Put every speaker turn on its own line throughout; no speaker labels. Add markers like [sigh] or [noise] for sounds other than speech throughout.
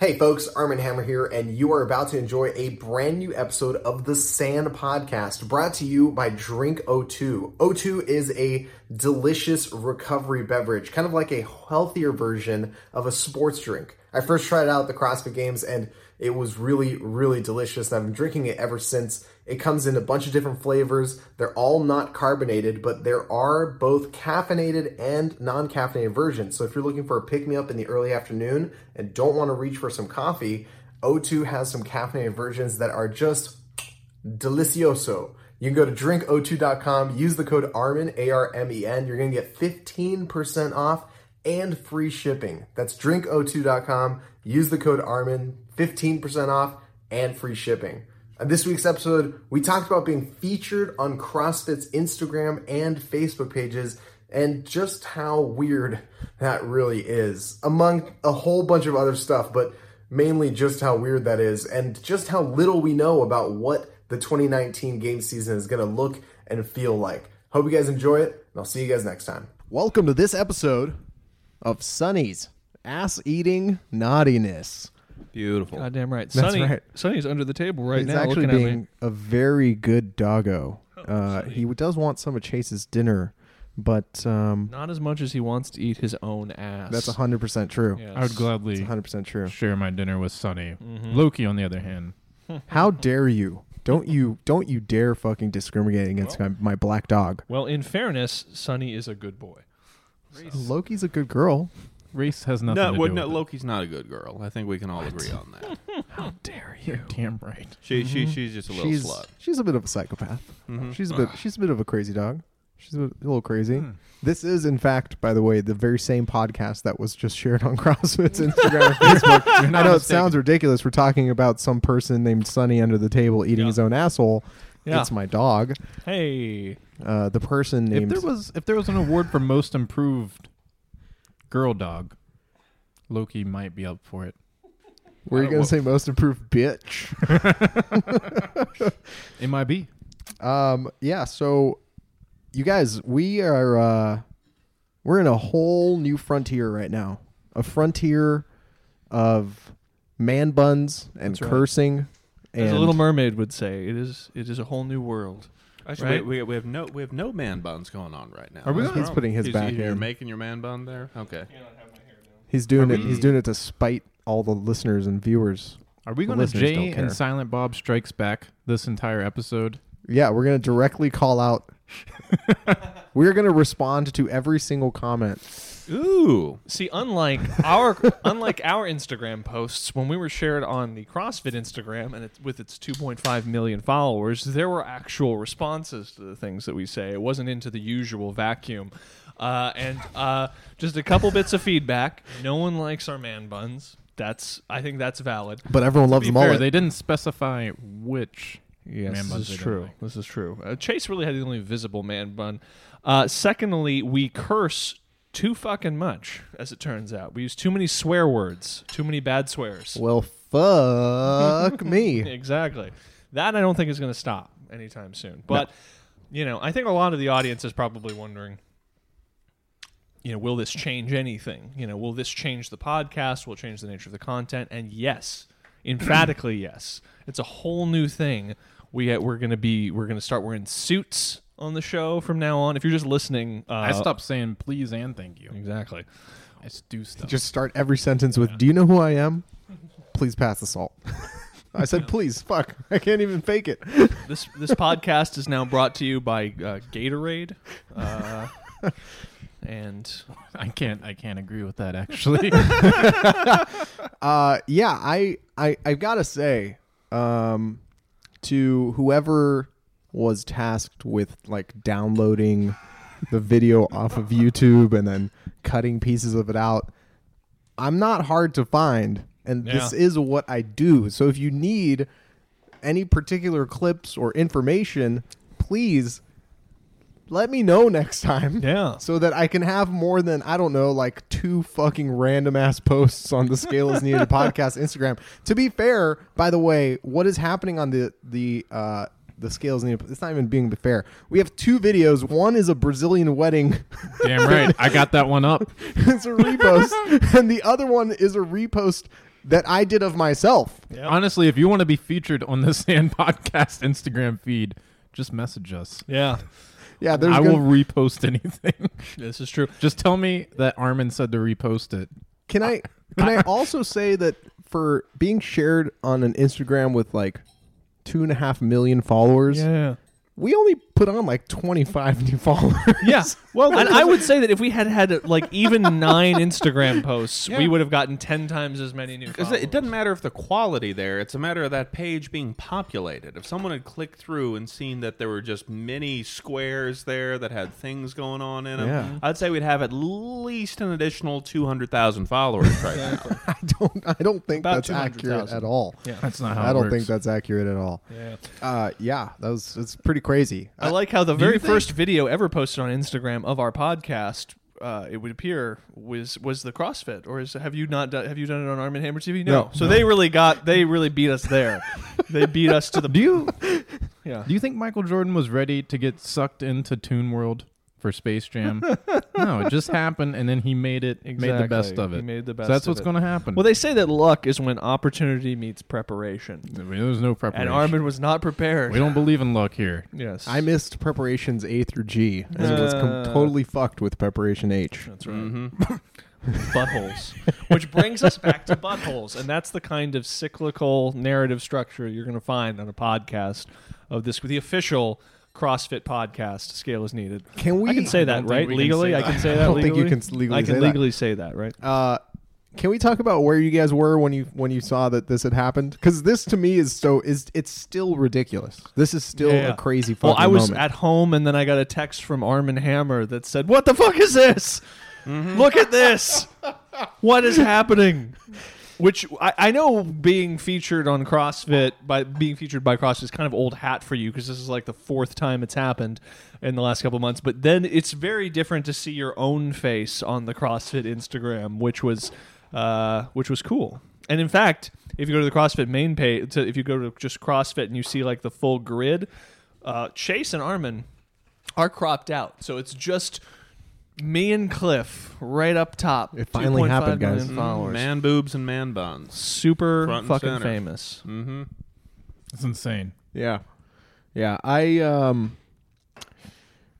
Hey folks, Armin Hammer here, and you are about to enjoy a brand new episode of the Sand Podcast brought to you by Drink O2. O2 is a delicious recovery beverage, kind of like a healthier version of a sports drink. I first tried it out at the CrossFit Games and it was really, really delicious. And I've been drinking it ever since. It comes in a bunch of different flavors. They're all not carbonated, but there are both caffeinated and non caffeinated versions. So if you're looking for a pick me up in the early afternoon and don't want to reach for some coffee, O2 has some caffeinated versions that are just delicioso. You can go to drinko2.com, use the code ARMEN, A R M E N. You're going to get 15% off and free shipping. That's drinko2.com. Use the code ARMIN, 15% off and free shipping. On this week's episode, we talked about being featured on CrossFit's Instagram and Facebook pages and just how weird that really is, among a whole bunch of other stuff, but mainly just how weird that is and just how little we know about what the 2019 game season is going to look and feel like. Hope you guys enjoy it, and I'll see you guys next time. Welcome to this episode of Sunny's ass eating naughtiness.
Beautiful.
Goddamn right. Sonny,
right.
Sonny's under the table right
He's
now
actually
looking at me. Oh,
being a very good doggo. Uh, he does want some of Chase's dinner, but um,
Not as much as he wants to eat his own ass.
that's hundred percent true.
Yes.
I would gladly
Hundred percent
[laughs]
true.
share my dinner with Sonny. Loki, on the other hand,
How dare you? Don't you? Don't you dare fucking discriminate against my, my black dog.
Well, in fairness, Sonny is a good boy.
Loki's a good girl.
race has nothing
No,
to
well,
do
no,
with
Loki's not a good girl. I think we can all agree on that.
Dare you?
it. [laughs] Damn right.
She, she, she's just a little
She's
slut.
she's a bit of a psychopath.
Mm-hmm.
She's a bit
Ah.
she's a bit of a crazy dog. She's a, bit- a little crazy.
Hmm.
This is, in fact, by the way, the very same podcast that was just shared on [laughs]
[laughs]
CrossFit's Instagram and Facebook. I know
not
it
mistaken.
sounds ridiculous. We're talking about some person named Sonny under the table eating
Yeah.
his own asshole.
Yeah.
It's my dog.
Hey.
Uh, the person
If
named
there was if there was an award for most improved girl dog, Loki might be up for it.
were you going to say most improved bitch?
It might be.
Um, yeah. So, you guys, we are uh, we're in a whole new frontier right now. A frontier of man buns and
right.
cursing. And
As a little mermaid would say, it is it is a whole new world.
Actually,
Right?
we, we have no we have no man buns going on right now.
Are we
That's
on-
wrong.
He's putting his
Is-
back
You're
in.
making your man bun there. Okay.
he's doing it. He's doing it to spite all the listeners and viewers.
Are we
The
going to
listeners don't
Jay
care.
and Silent Bob Strikes Back this entire episode?
Yeah, we're gonna directly call out.
[laughs]
we're gonna respond to every single comment.
Ooh.
See, unlike our unlike our Instagram posts, when we were shared on the CrossFit Instagram and it, with its 2.5 million followers, there were actual responses to the things that we say. It wasn't into the usual vacuum, uh, and uh, just a couple bits of feedback. No one likes our man buns. That's I think that's valid.
But everyone
To
loves
be
mullet.
fair, they didn't specify which man buns
this
they
is
didn't
true.
like.
This is true. Uh, Chase really had the only visible man bun. Uh, secondly, we curse too fucking much, as it turns out. We use too many swear words, too many bad swears.
well, fuck [laughs] me.
[laughs] Exactly. That I don't think is going to stop anytime soon. But you know, I think a lot of the audience is probably wondering, you know, will this change anything? You know, will this change the podcast? Will it change the nature of the content? And yes, emphatically yes. It's a whole new thing. We uh, we're going to be we're going to start wearing suits on the show from now on. If you're just listening, uh,
I stopped saying please and thank you.
Exactly.
I just do
[laughs]
stuff.
Just start every sentence with "Do you know who I am?" Please pass the salt. [laughs] I said, "Please." Fuck, I can't even fake it.
This this podcast is now brought to you by uh, Gatorade. Uh, and
I can't. I can't agree with that. Actually, [laughs]
Uh, yeah, I, I, I've got to say, um, to whoever was tasked with like downloading the video off of YouTube and then cutting pieces of it out, I'm not hard to find, and this
Yeah.
is what I do. So if you need any particular clips or information, please let me know next time.
Yeah.
So that I can have more than, I don't know, like two fucking random ass posts on the Scale is Needed podcast Instagram. To be fair, by the way, what is happening on the, the, uh, the Scale is needed. It's not even being fair. We have two videos. One is a Brazilian wedding. [laughs]
damn right. I got that one up.
it's a repost, and the other one is a repost that I did of myself.
Yep.
Honestly, if you want to be featured on the [laughs] Sand Podcast Instagram feed, just message us.
Yeah,
Yeah, there's
I
gonna-
will repost anything. [laughs]
this is true.
just tell me that Armin said to repost it.
Can I can I also say that for being shared on an Instagram with like two and a half million followers,
Yeah.
we only put on like twenty five new followers. [laughs]
[laughs] Yeah. Well, and I would say that if we had had like even nine Instagram posts, we would have gotten ten times as many new.
Because
followers.
it doesn't matter if the quality there; it's a matter of that page being populated. If someone had clicked through and seen that there were just many squares there that had things going on in them,
Yeah.
I'd say we'd have at least an additional two hundred thousand followers right now.
I don't I don't think
About
that's accurate
200,000.
at all.
Yeah.
That's not how
I
it
don't
works.
think that's accurate at all.
Yeah.
Uh, yeah, that was it's pretty crazy.
I like how the very first video ever posted on Instagram of our podcast. Uh, it would appear was was the CrossFit, or is have you not done, have you done it on Arm and Hammer TV? No.
No.
So they really got they really beat us there. they beat us to the
[laughs] Do you
yeah.
do you think Michael Jordan was ready to get sucked into Toon World for Space
[laughs]
Jam? no, it just happened, and then he made it made the
Exactly.
best of it.
He made the best
So that's
of
what's
it.
going to happen.
Well, they say that luck is when opportunity meets preparation,
I mean, there's no preparation.
and Armin was not prepared.
we don't believe in luck here.
yes,
I missed preparations A through G, and it was com-
Uh.
totally fucked with preparation H.
That's right.
Mm-hmm.
Mm-hmm.
Buttholes. Which brings us back to buttholes. And that's the kind of cyclical narrative structure you're going to find on a podcast of this, the official CrossFit podcast, Scale is Needed.
Can we
I can say
I
that,
don't
right?
think we can
Legally?
say
I
that.
can say
I
that
don't think you
legally?
can s- legally
I can
say that.
legally say that, right?
Uh, can we talk about where you guys were when you when you saw that this had happened? Because this to me is so is it's still ridiculous. This is still
Yeah, yeah.
a crazy fucking
Well, I was
moment.
at home and then I got a text from Arm and Hammer that said, What the fuck is this?
Mm-hmm.
Look at this. what is happening? Which I, I know being featured on CrossFit by being featured by CrossFit is kind of old hat for you because this is like the fourth time it's happened in the last couple of months. But then it's very different to see your own face on the CrossFit Instagram, which was uh, which was cool. And in fact, if you go to the CrossFit main page, to, if you go to just CrossFit and you see like the full grid, uh, Chase and Armin are cropped out, so it's just me and Cliff right up top.
It finally
2.5
happened, guys. Mm,
million Followers.
Mm-hmm. man boobs and man buns.
Super
Front and
fucking
center.
famous.
Mm-hmm.
It's insane.
yeah, yeah. I um,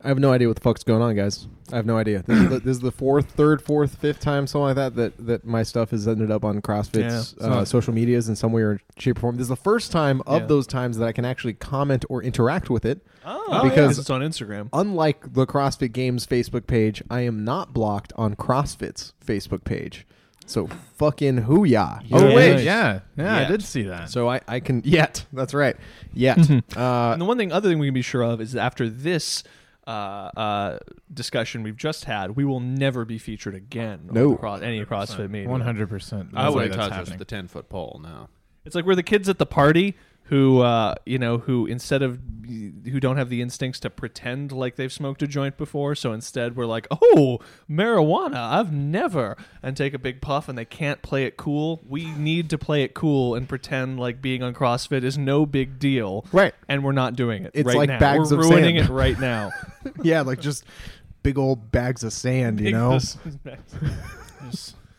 I have no idea what the fuck's going on, guys. I have no idea. This is the, this is the fourth, third, fourth, fifth time something like that that that my stuff has ended up on CrossFit's
Yeah.
uh, social medias in some way or shape or form. This is the first time of
Yeah.
those times that I can actually comment or interact with it.
Oh,
Because-
it's on Instagram.
unlike the CrossFit Games Facebook page, I am not blocked on CrossFit's Facebook page. So fucking hooyah.
Oh
Yeah.
wait,
Nice.
yeah, yeah, I
Yet.
did see that.
So I, I can yet. That's right. Yet. uh,
And the one thing, other thing we can be sure of is that after this uh, uh, discussion we've just had, we will never be featured again. on
No.
the cro- any CrossFit media.
One hundred percent.
I would have touched the ten foot pole now.
It's like we're the kids at the party who, uh, you know, who instead of who don't have the instincts to pretend like they've smoked a joint before, so instead we're like, oh, marijuana, I've never, and take a big puff, and they can't play it cool. We need to play it cool and pretend like being on CrossFit is no big deal,
Right.
And we're not doing it.
It's
right
like
now.
bags
we're
of
ruining
sand.
it right now.
yeah, like just big old bags of sand, [laughs] you know?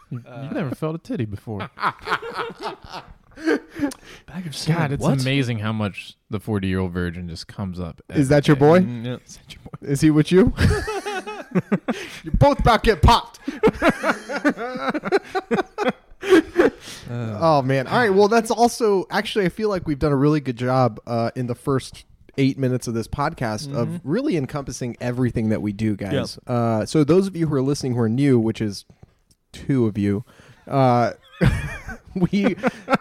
You, have never felt a titty before.
[laughs] Bag of sand.
[laughs] God, it's
what?
amazing how much the forty-year-old virgin just comes up.
Is that your boy?
Mm,
[laughs]
yeah.
Is he with you? you both about get popped. oh man! All right. Well, that's also actually. I feel like we've done a really good job uh, in the first eight minutes of this podcast of really encompassing everything that we do, guys. Uh, so those of you who are listening who are new, which is two of you, uh, [laughs] we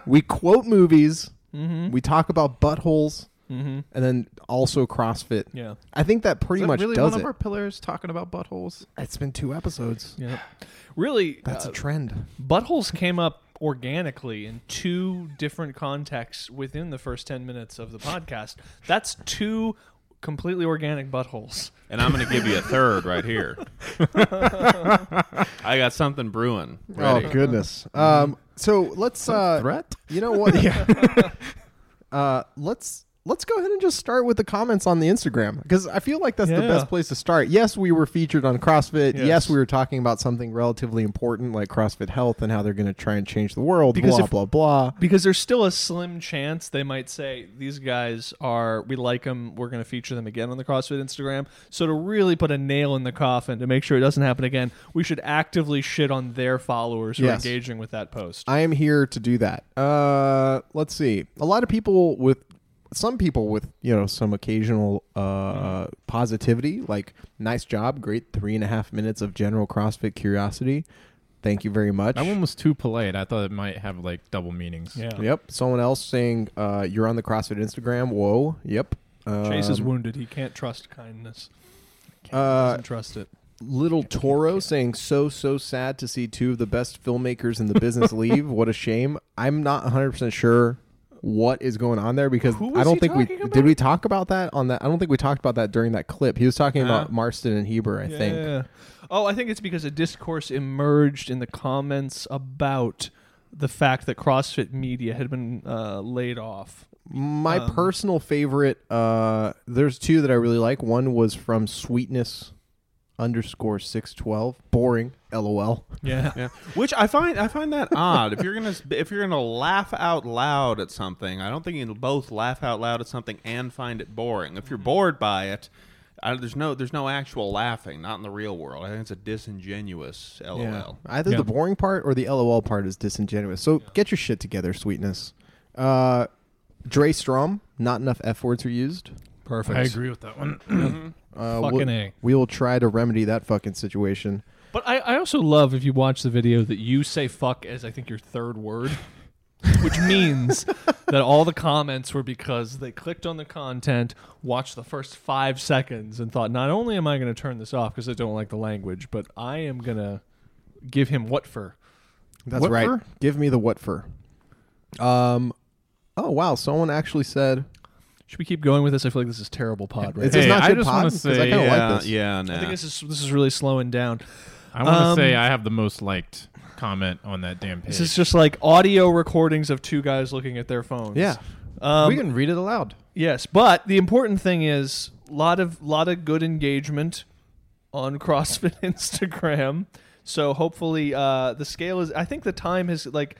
we quote movies.
Mm-hmm.
We talk about buttholes, and then also CrossFit.
Yeah.
I think that pretty
Is that
much
really
does
one
it.
of our pillars talking about buttholes?
It's been two episodes.
Yeah. Really,
That's
uh,
a trend.
buttholes came up organically in two different contexts within the first 10 minutes of the podcast that's two completely organic buttholes
And I'm going to give you a third right here. I got something brewing. Ready.
Oh
[laughs]
goodness.
mm-hmm.
Um, so let's uh,
Threat?
[laughs] you know what? Yeah. uh, let's let's go ahead and just start with the comments on the Instagram because I feel like that's the
Yeah.
best place to start. Yes, we were featured on CrossFit. Yes,
Yes.
we were talking about something relatively important like CrossFit health and how they're going to try and change the world.
Because
blah
if-
blah blah.
because there's still a slim chance they might say these guys are we like them we're going to feature them again on the crossfit instagram so to really put a nail in the coffin to make sure it doesn't happen again we should actively shit on their followers who
Yes.
are engaging with that post
I am here to do that. Uh, let's see. A lot of people with some people with you know some occasional uh, positivity, like nice job, great three and a half minutes of general CrossFit curiosity. Thank you very much.
That one was too polite. I thought it might have like double meanings.
Yep. Someone else saying uh, you're on the CrossFit Instagram. Whoa. Yep. Um,
chase is wounded he can't trust kindness
Uh,
doesn't trust it
Little Toro saying, so, so sad to see two of the best filmmakers in the business
[laughs]
leave. What a shame. I'm not 100% sure what is going on there because
Who
I
was
don't
he
think we
talking about?
did we talk about that on that. I don't think we talked about that during that clip. He was talking about Marston and Heber, I think.
Ah. Yeah. Oh, I think it's because a discourse emerged in the comments about the fact that CrossFit Media had been uh, laid off.
My
Um.
personal favorite, uh, there's two that I really like. One was from Sweetness underscore 612. Boring. LOL.
Yeah.
Yeah. Which I find I find that odd. if you're gonna if you're gonna laugh out loud at something, I don't think you can both laugh out loud at something and find it boring. If you're bored by it, I, there's no there's no actual laughing. Not in the real world. I think it's a disingenuous LOL.
Either the boring part or the LOL part is disingenuous. So get your shit together, sweetness. Uh, Dre Strom, not enough F words are used.
Perfect.
with that one.
Uh,
Fucking
we'll,
A.
We will try to remedy that fucking situation.
[laughs] But I, I also love if you watch the video that you say fuck as I think your
[laughs]
third word, which means that all the comments were because they clicked on the content, watched the first five seconds, and thought, not only am I going to turn this off because I don't like the language, but I am going to give him what for.
That's
What
right.
for?
Give me the what for. Um, oh wow, someone actually said
Should we keep going with this? I feel like this is terrible pod right
it's
now.
Hey,
not
I
good
just
pod
wanna
'cause I
say,
kind of
Yeah,
like this.
yeah, nah.
I think this is this is really slowing down.
I want to
Um,
say I have the most liked comment on that damn page.
This is just like audio recordings of two guys looking at their phones.
Yeah.
Um,
we can read it aloud.
Yes, but the important thing is lot of lot of good engagement on [laughs] CrossFit Instagram. So hopefully uh, the scale is. I think the time has like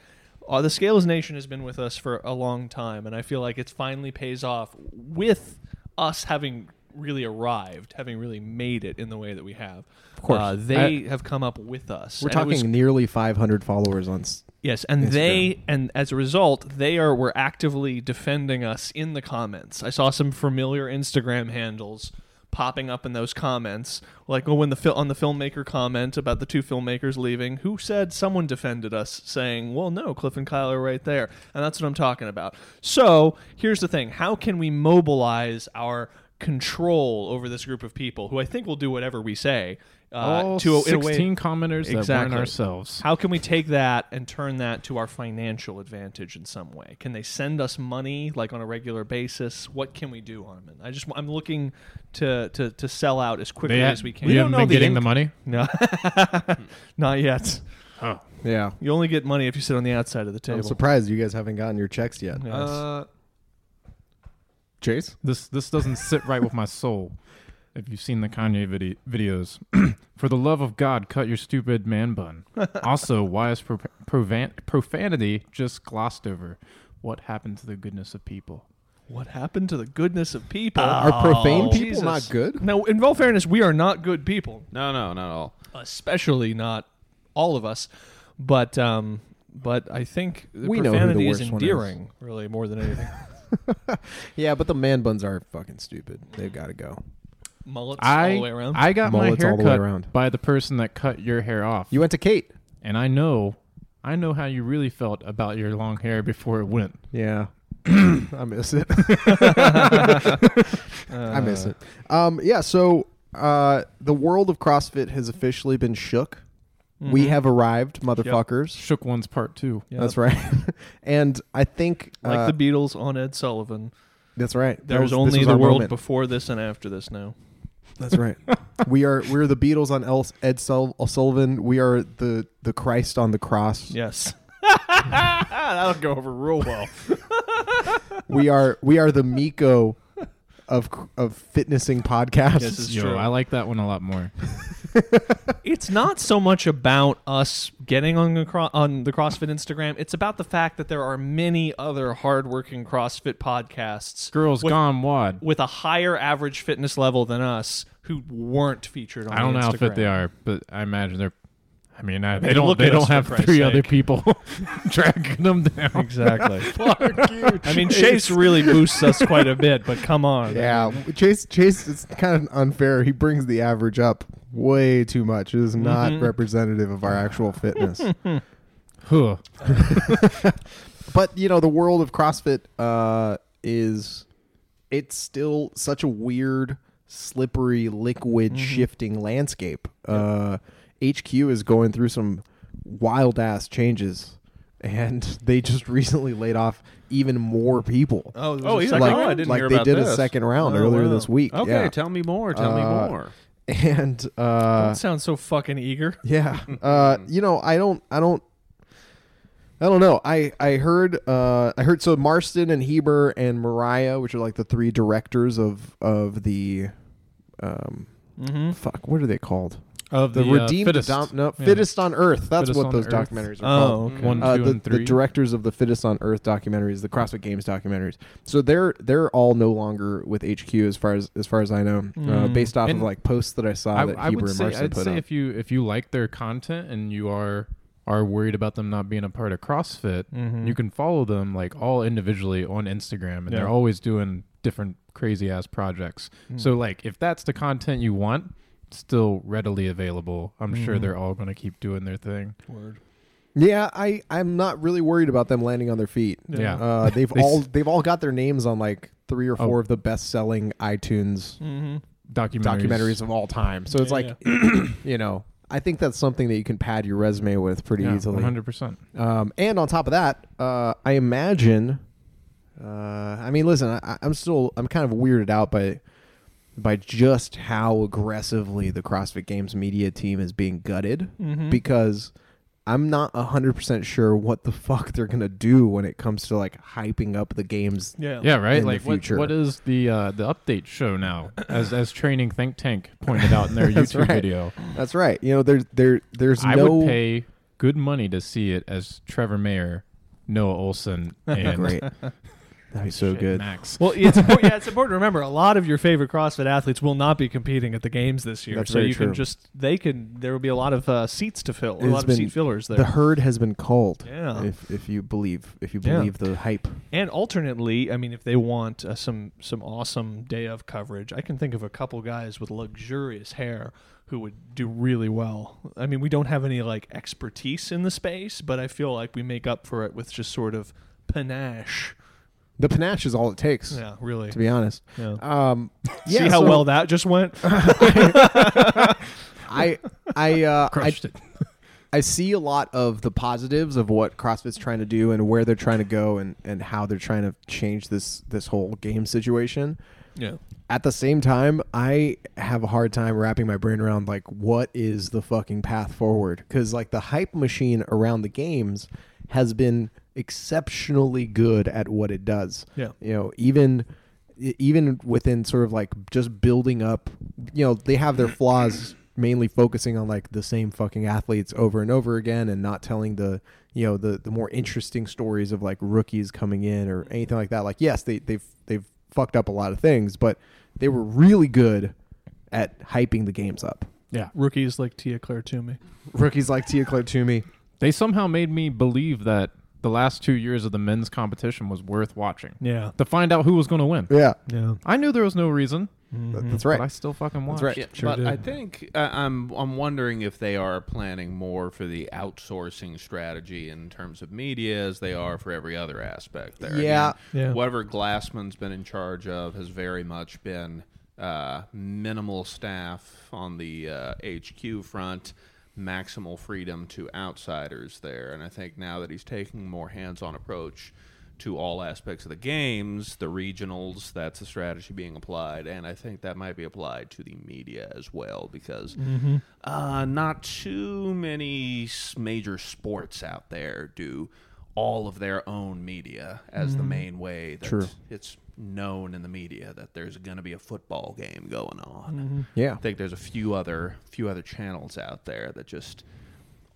uh, the scale is nation has been with us for a long time, and I feel like it finally pays off with us having really arrived, having really made it in the way that we have. Of
course.
uh, they have come up with us.
We're
and it
talking
was
nearly 500 followers on. s-
Yes, and they and as a result, they are were actively defending us in the comments. I saw some familiar Instagram handles popping up in those comments, like oh, when the fil- on the filmmaker comment about the two filmmakers leaving, who said someone defended us, saying, "Well, no, Cliff and Kyle are right there," and that's what I'm talking about. So here's the thing: how can we mobilize our control over this group of people who I think will do whatever we say uh,
All
to in a way-
16 commenters that weren't
Exactly.
ourselves.
how can we take that and turn that to our financial advantage in some way? Can they send us money like on a regular basis? What can we do on them? I just I'm looking to to, to sell out as quickly
They ha-
as we can.
You haven't
know
been
the
getting
inc-
the money?
No, [laughs] not yet.
Yeah.
You only get money if you sit on the outside of the table.
I'm surprised you guys haven't gotten your checks yet.
Yes.
Uh,
Chase,
This this doesn't sit right with my soul. If you've seen the Kanye vide- videos, [clears throat] for the love of God, cut your stupid man
[laughs]
bun. also, why is pro- provan- profanity just glossed over? What happened to the goodness of people?
what happened to the goodness of people?
are profane people
Oh, Jesus.
not good?
No, in all fairness, we are not good people.
no, no, not at all.
especially not all of us, but um, but I think the
We know who the
profanity is
worst one is.
endearing, really more than
[laughs]
anything.
Yeah, but the man buns are fucking stupid. They've got to go.
Mullets
I
all the way around.
I got my
Mullets all
hair
the way
cut
around.
by the person that cut your hair off,
You went to Kate.
and I know, I know how you really felt about your long hair before it went.
[coughs] Yeah. I miss
[laughs]
it. I miss it. Um, yeah, so uh, the world of CrossFit has officially been shook.
Mm-hmm.
We have arrived, motherfuckers.
Shook one's part two.
Yeah.
That's right. [laughs] and I think
like
uh,
the Beatles on Ed Sullivan.
that's right. That was-
There's
this
only
was
the
our
world
moment.
before this and after this now.
That's
[laughs]
right. we are we're [laughs] the Beatles on El- Ed Sul- Sullivan. We are the the Christ on the cross.
Yes. [laughs] That'll go over real well.
we are we are the Miko of of fitnessing podcasts.
This is
Yo,
true.
I like that one a lot more.
it's not so much about us getting on the, cro- on the CrossFit Instagram. It's about the fact that there are many other hardworking CrossFit podcasts
Girls
with,
Gone Wad.
with a higher average fitness level than us who weren't featured on
I don't know
the
how
Instagram.
fit they are, but I imagine they're. I mean, I, they,
mean,
don't.
look
They
at us,
don't
for
have
Christ's
three other
sake.
people [laughs] dragging them down. [laughs]
Exactly. I mean, Chase really boosts us quite a bit, but come on.
[laughs] Yeah, Chase. Chase. It's kind of unfair. He brings the average up way too much. It is not representative of our actual fitness.
Huh.
but you know, the world of CrossFit uh, is it's still such a weird, slippery, liquid,
Mm-hmm.
shifting landscape. Uh, HQ is going through some wild ass changes, and [laughs] they just recently laid off even more people.
Oh, there was
Oh,
a
yeah.
second
like,
round?
one?
I didn't
like
hear
they
about
did a
this.
second round
Oh,
earlier
wow.
this week.
Okay,
yeah.
tell me more. Tell
Uh,
me more.
[laughs] and uh,
That sounds so fucking eager.
yeah. Uh, you know, I don't, I don't, I don't know. I I heard, uh, I heard. So Marston and Heber and Mariah, which are like the three directors of of the, um, fuck, what are they called?
Of
The,
uh,
redeemed,
fittest.
Dom- no,
Yeah.
fittest on Earth. That's
Fittest
what
on
those
Earth.
documentaries are called
Oh, okay.
One, two,
uh, the,
and three.
the directors of the Fittest on Earth documentaries, the CrossFit Games documentaries. So they're they're all no longer with HQ as far as as far as I know, uh, based off
Mm. And
of like posts that I saw
I,
that
I
Heber
would
and
say,
Marston
I'd
put
say
up.
if you if you like their content and you are are worried about them not being a part of CrossFit,
Mm-hmm.
you can follow them like all individually on Instagram, and
Yeah.
they're always doing different crazy ass projects.
Hmm.
So like, if that's the content you want, it's still readily available. I'm sure
Hmm.
they're all going to keep doing their thing.
Mm-hmm.
yeah, I I'm not really worried about them landing on their feet.
Yeah. [laughs]
Uh, they've
They s- Oh.
all they've all got their names on like three or four of the best selling iTunes
Mm-hmm.
Documentaries.
documentaries of all time. So it's
Yeah,
like, [clears throat] you know, I think that's something that you can pad your resume with pretty
Yeah,
easily.
100%.
Um, and on top of that, uh, I imagine. Uh, I mean, listen, I, I'm still I'm kind of weirded out by by just how aggressively the CrossFit Games media team is being gutted
Mm-hmm. Hmm?
because I'm not 100% sure what the fuck they're going to do when it comes to like hyping up the games.
Yeah.
Yeah, right.
in the
like what-
future.
what is the uh, the update show now? As as training think tank pointed out in their
[laughs] That's
YouTube
right.
video,
That's right. You know, there's there there's
I
no [laughs]
would pay good money to see it as Trevor Mayer, Noah Olson,
[laughs]
and
great. That'd be so
shit,
good.
Max.
Well, it's important, yeah, it's important to remember a lot of your favorite CrossFit athletes will not be competing at the games this year.
That's
so
very
you
true.
can just they can there will be a lot of uh, seats to fill, a
It's
lot of
been
seat fillers there.
The herd has been culled.
Yeah.
If if you believe if you
Yeah.
believe the hype.
and alternately, I mean, if they want uh, some some awesome day of coverage, I can think of a couple guys with luxurious hair who would do really well. I mean, we don't have any like expertise in the space, but I feel like we make up for it with just sort of panache.
The panache is all it takes.
Yeah, really.
To be honest.
Yeah.
Um,
See
yeah,
how
so
well that just went.
[laughs] I I uh, I,
crushed it.
I see a lot of the positives of what CrossFit's trying to do and where they're trying to go and, and how they're trying to change this this whole game situation.
yeah.
At the same time, I have a hard time wrapping my brain around like what is the fucking path forward cuz like the hype machine around the games has been exceptionally good at what it does.
Yeah.
You know, even e- even within sort of like just building up, you know, they have their flaws mainly focusing on like the same fucking athletes over and over again and not telling the you know the the more interesting stories of like rookies coming in or anything like that like yes they they've they've fucked up a lot of things but they were really good at hyping the games up
Yeah,
Rookies like Tia Claire Toomey.
rookies like Tia Claire Toomey
they somehow made me believe that the last two years of the men's competition was worth watching
Yeah.
to find out who was going to win.
yeah
Yeah. Mm-hmm.
I knew there was no reason,
that's
but I
right
still fucking watched.
that's right
Yeah,
Sure
but
did.
I think uh, I'm I'm wondering if they are planning more for the outsourcing strategy in terms of media as they are for every other aspect. There, I
Yeah.
mean,
Yeah.
Whatever Glassman's been in charge of has very much been uh, minimal staff on the uh, HQ front, maximal freedom to outsiders there, and I think now that he's taking a more hands-on approach to all aspects of the games, the regionals, that's a strategy being applied. And I think that might be applied to the media as well because uh, not too many s- major sports out there do all of their own media as
Mm-hmm.
the main way that it's known in the media that there's going to be a football game going on.
Mm-hmm.
Yeah.
I think there's a few other few other channels out there that just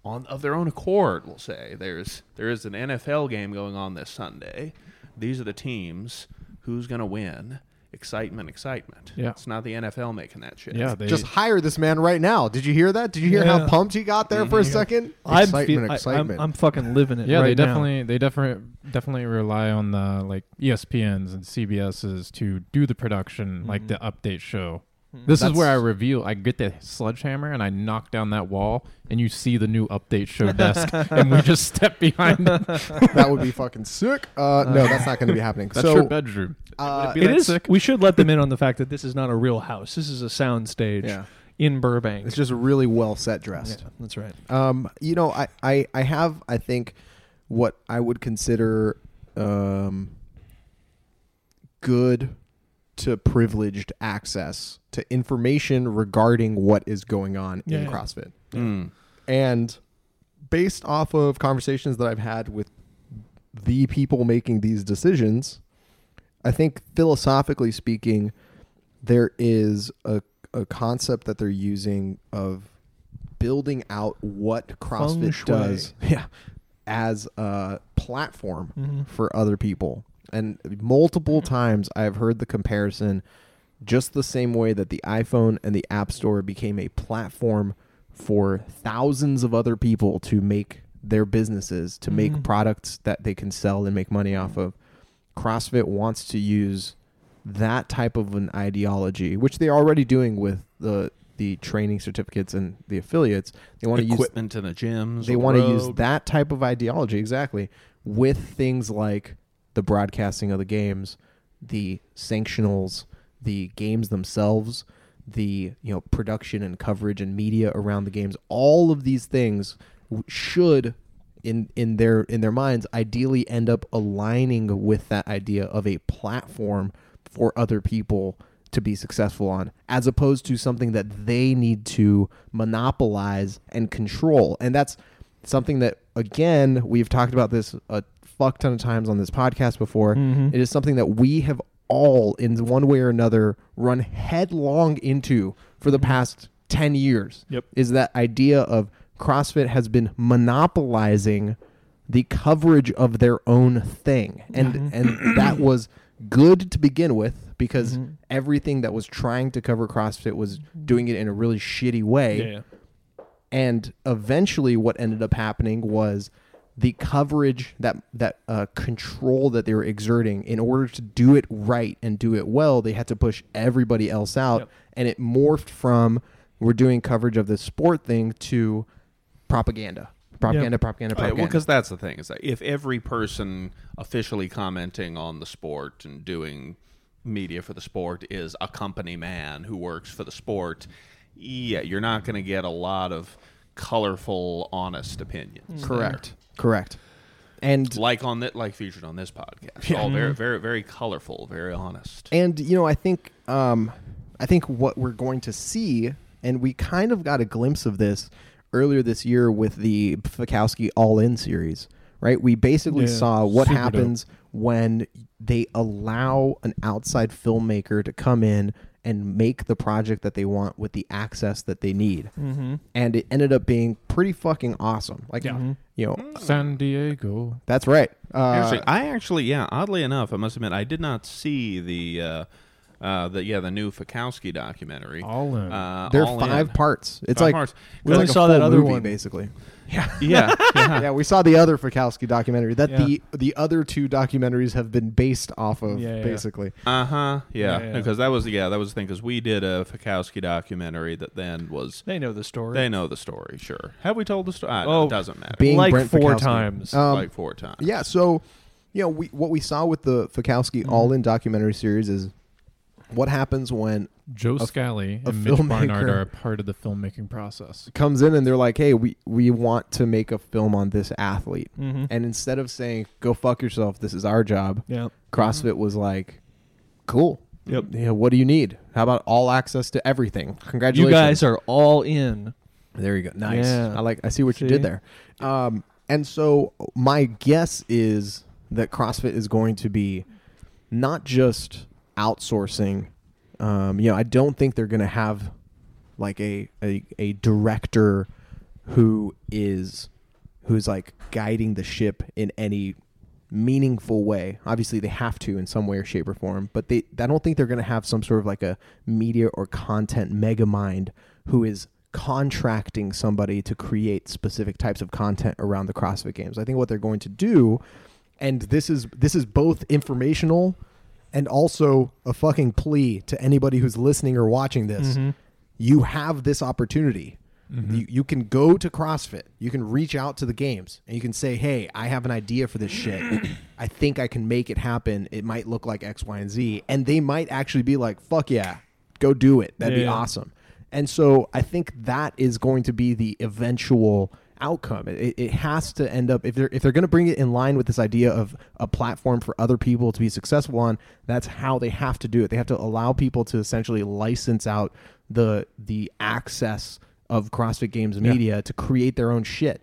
on of their own accord will say there's there is an NFL game going on this Sunday. These are the teams. Who's going to win? Excitement, excitement.
Yeah.
It's not the NFL making that shit.
Yeah, they
Just hire this man right now. Did you hear that? Did you hear how
Yeah. Mm-hmm.
pumped he got there for a second?
I'm
excitement,
feel- I- I'm-
excitement.
I'm, fucking living it.
yeah
right
they
now.
definitely they definitely definitely rely on the like E ESPNs and CBSs to do the production like the update show.
Mm-hmm.
This is where I
That's-
reveal. I get the sledgehammer and I knock down that wall, and you see the new update
[laughs]
show desk, and we just step behind. It.
[laughs]
That's
that would be fucking sick. Uh, no, that's not going to be
[laughs]
happening. so,
your bedroom.
uh,
Be
It
that
is.
sick?
We should let them in on the fact that this is not a real house. This is a sound stage
Yeah.
in Burbank.
it's just really well set dressed.
yeah, that's right.
Um, you know, I, I, I have, I think, what I would consider um, good to privileged access to information regarding what is going on in
Yeah.
CrossFit.
Mm.
And based off of conversations that I've had with the people making these decisions, I think philosophically speaking, there is a, a concept that they're using of building out what
Feng
CrossFit
shui.
does [laughs] yeah, as a platform for other people. And multiple times I've heard the comparison just the same way that the iPhone and the App Store became a platform for thousands of other people to make their businesses, to make products that they can sell and make money off of. CrossFit wants to use that type of an ideology, which they're already doing with the the training certificates and the affiliates. They want to use
Equipment in the gyms.
they
want to
use that type of ideology exactly with things like the broadcasting of the games the sanctionals the games themselves the you know production and coverage and media around the games all of these things w- should in in their in their minds ideally end up aligning with that idea of a platform for other people to be successful on as opposed to something that they need to monopolize and control and that's something that again we've talked about this a fuck ton of times on this podcast before
Mm-hmm.
It is something that we have all in one way or another run headlong into for the past 10 years
Mm-hmm. Yep.
is that idea of CrossFit has been monopolizing the coverage of their own thing and
Mm-hmm.
and
[clears throat]
that was good to begin with because
Mm-hmm.
everything that was trying to cover CrossFit was doing it in a really shitty way
Yeah, yeah.
and eventually what ended up happening was the coverage that that uh, control that they were exerting in order to do it right and do it well they had to push everybody else out
Yep.
and it morphed from we're doing coverage of this sport thing to propaganda propaganda propaganda
Right, Oh, well,
propaganda
because that's the thing is that if every person officially commenting on the sport and doing media for the sport is a company man who works for the sport, yeah, you're not going to get a lot of colorful, honest opinions.
Mm-hmm. correct correct and
Like on that, like featured on this podcast, all very, very, very colorful, very honest.
Mm-hmm. And you know, I think um, I think what we're going to see, and we kind of got a glimpse of this earlier this year with the Fakowski All In series, right? We basically
Yeah,
saw what
super
happens when they allow an outside filmmaker to come in and make the project that they want with the access that they need,
Mm-hmm.
and it ended up being pretty fucking awesome. Like, mm-hmm. you know,
San Diego.
that's right.
Interesting.
Uh,
I actually, yeah, oddly enough, I must admit, I did not see the, uh, uh, the yeah, the new Fakowski documentary.
All in.
Uh,
there
All
are Oh, five
In.
parts. It's
Five
like
parts.
it's
only
like a
saw that
full
other
movie,
one.
basically.
Yeah, yeah.
[laughs] yeah, we saw the other Fakowski documentary that
Yeah.
the the other two documentaries have been based off of,
Yeah, yeah.
basically.
Uh huh. Yeah.
Yeah.
Because that was yeah that was the thing because we did a Fakowski documentary that then was
They know the story.
they know the story. Sure. Have we told the story? I
Oh,
it doesn't matter.
Being
like
Brent
four
Fikowski.
times.
Um,
like four times.
Mm-hmm.
Yeah, so you know, we what we saw with the Fakowski All In documentary series is What happens when
Joe Scally and Mitch
filmmaker.
Barnard are a part of the filmmaking process.
comes in and they're like, "Hey, we we want to make a film on this
[laughs]
athlete," and instead of saying "Go fuck yourself," this is our job.
Mm-hmm. Yeah.
CrossFit was like, "Cool,
Yep.
yeah, what do you need? How about all access to everything? Congratulations,
You guys are all in.
There you go. Nice.
Yeah.
I like. I see what you
See?
did there. Um, and so my guess is that CrossFit is going to be not just outsourcing. Um, you know, I don't think they're going to have like a, a a director who is who's like guiding the ship in any meaningful way. Obviously, they have to in some way or shape or form, but they I don't think they're going to have some sort of like a media or content megamind who is contracting somebody to create specific types of content around the CrossFit Games. I think what they're going to do, and this is this is both informational and also a fucking plea to anybody who's listening or watching this. You have this opportunity. You, you can go to CrossFit. You can reach out to the games and you can say, hey, I have an idea for this shit. I think I can make it happen. It might look like X, Y, and Z. And they might actually be like, fuck yeah, go do it. That'd be
Yeah.
awesome. And so I think that is going to be the eventual outcome. It, it has to end up if they're if they're going to bring it in line with this idea of a platform for other people to be successful on. That's how they have to do it. They have to allow people to essentially license out the the access of CrossFit Games media to create their own shit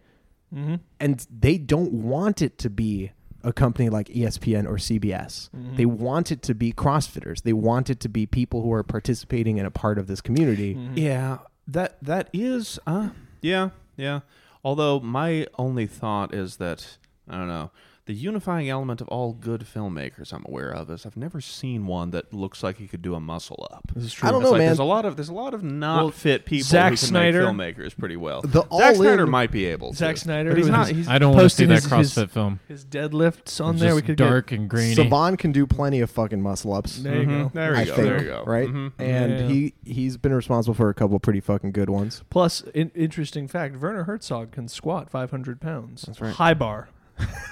and they don't want it to be a company like E ESPN or CBS.
Mm-hmm.
They want it to be CrossFitters. They want it to be people who are participating and a part of this community.
Yeah, that that is uh yeah, yeah. Although my only thought is that I don't know. The unifying element of all good filmmakers I'm aware of is I've never seen one that looks like he could do a muscle up. This is
true. I don't know,
like,
man.
There's a lot of there's a lot of not fit people
Zack
who can
Snyder-
make filmmakers pretty well.
The
Mm-hmm. Zack
all-in-
Snyder might be able. to.
Zack Snyder
but he's
with
not.
his-
He's,
I don't want to see
Posting
that
his-
CrossFit
his-
film.
His deadlifts on
It's
there. We
just
could
dark
get,
and grainy.
Savon can do plenty of fucking muscle ups.
There
Mm-hmm.
you go.
there you
I
go.
think,
there you go.
right?
Mhm.
And
Yeah.
he he's been responsible for a couple pretty fucking good ones.
Plus, in, interesting fact: Werner Herzog can squat 500 pounds. That's
right.
High bar.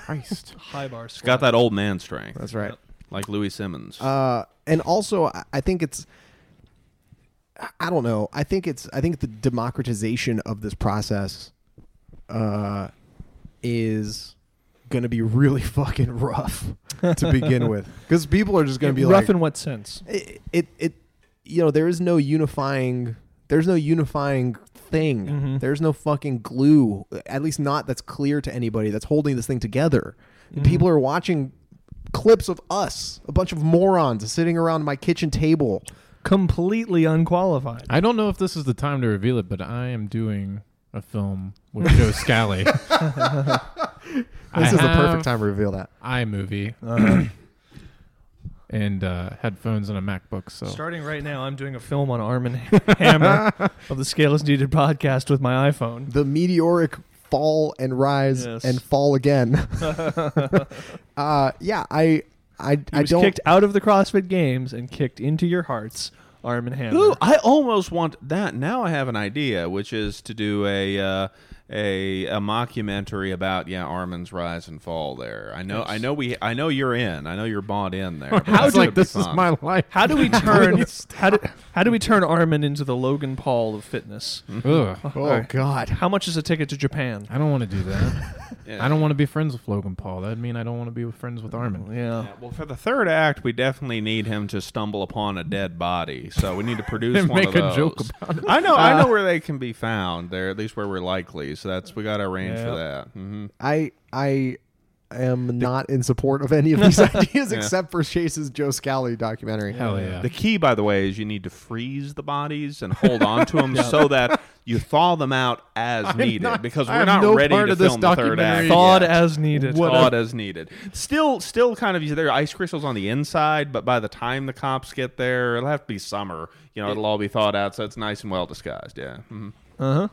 Christ.
High bar squat.
Got that old man strength,
That's right.
like Louis Simmons.
Uh, and also, I- I think it's. I- I don't know. I think it's. I think the democratization of this process, uh, is going to be really [laughs] fucking rough to begin with, because people are just going to be
rough
like,
in what sense?
it, it it you know there is no unifying there's no unifying thing
Mm-hmm.
there's no fucking glue at least not that's clear to anybody that's holding this thing together
Mm-hmm.
people are watching clips of us a bunch of morons sitting around my kitchen table
Completely unqualified.
I don't know if this is the time to reveal it, but I am doing a film with Joe Scally. this
this is the perfect time to reveal that
iMovie. and uh, headphones and a MacBook. So
Starting right now, I'm doing a film on Arm and [laughs] Hammer of the Scale is Needed podcast with my iPhone.
the meteoric fall and rise
Yes.
and fall
[laughs]
again [laughs] uh yeah i i
He
i
was
don't
kicked out of the CrossFit Games and kicked into your hearts, Arm and Hammer.
Ooh, I almost want that. Now I have an idea, which is to do a uh, a a mockumentary about yeah Armin's rise and fall. There, I know, I know we, I know you're in, I know you're bought in there. but
[laughs] How
that's gonna
like
be
this is
fun.
my life.
[laughs]
[laughs]
How do we turn how do, how do we turn Armin into the Logan Paul of fitness?
Ugh.
oh god
How much is a ticket to Japan?
I don't want to do that.
Yeah.
I don't want to be friends with Logan Paul. That'd mean I don't want to be friends with Armin.
Yeah.
Well, for the third act, we definitely need him to stumble upon a dead body. So we need to produce
[laughs] And
one
make
of
a
those.
joke about Uh,
I know, I know where they can be found. There, at least where we're likely. So that's we got to arrange for
Yeah.
that. hmm
I I am not in support of any of
[laughs]
these ideas except for Chase's Joe Scally documentary.
Hell yeah.
The key, by the way, is you need to freeze the bodies and hold on to
[laughs]
them so that you thaw them out as needed
not-
because
I
we're
am
not
no
ready
part
to
of this
film the third act.
documentary.
Thawed
yet.
as needed.
Thawed as needed. Still, still kind of there are ice crystals on the inside, but by the time the cops get there, it'll have to be summer. You know, it'll all be thawed out, so it's nice and well disguised. Yeah. Mhm.
Uh-huh.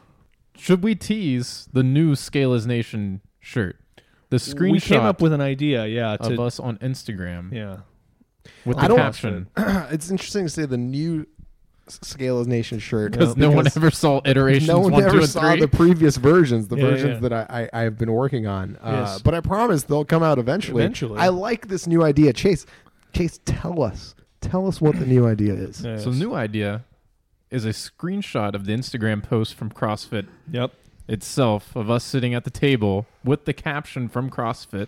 Should we tease the new Scale is Nation shirt? The screenshot
We came up with an idea, yeah,
of
to
us on Instagram
yeah.
with
I
the
don't-
caption
[clears throat] it's interesting to say the new S- Scale is Nation shirt
because no one ever saw iterations
no one
one, two,
ever
and
saw
three.
the previous versions, the
Yeah,
versions
yeah.
that I, I I have been working on. Uh,
Yes.
But I promise they'll come out eventually.
Eventually.
I like this new idea, Chase. Chase, tell us Tell us what the new idea is.
Yes.
So the new idea is a screenshot of the Instagram post from CrossFit
Yep.
itself of us sitting at the table with the caption from CrossFit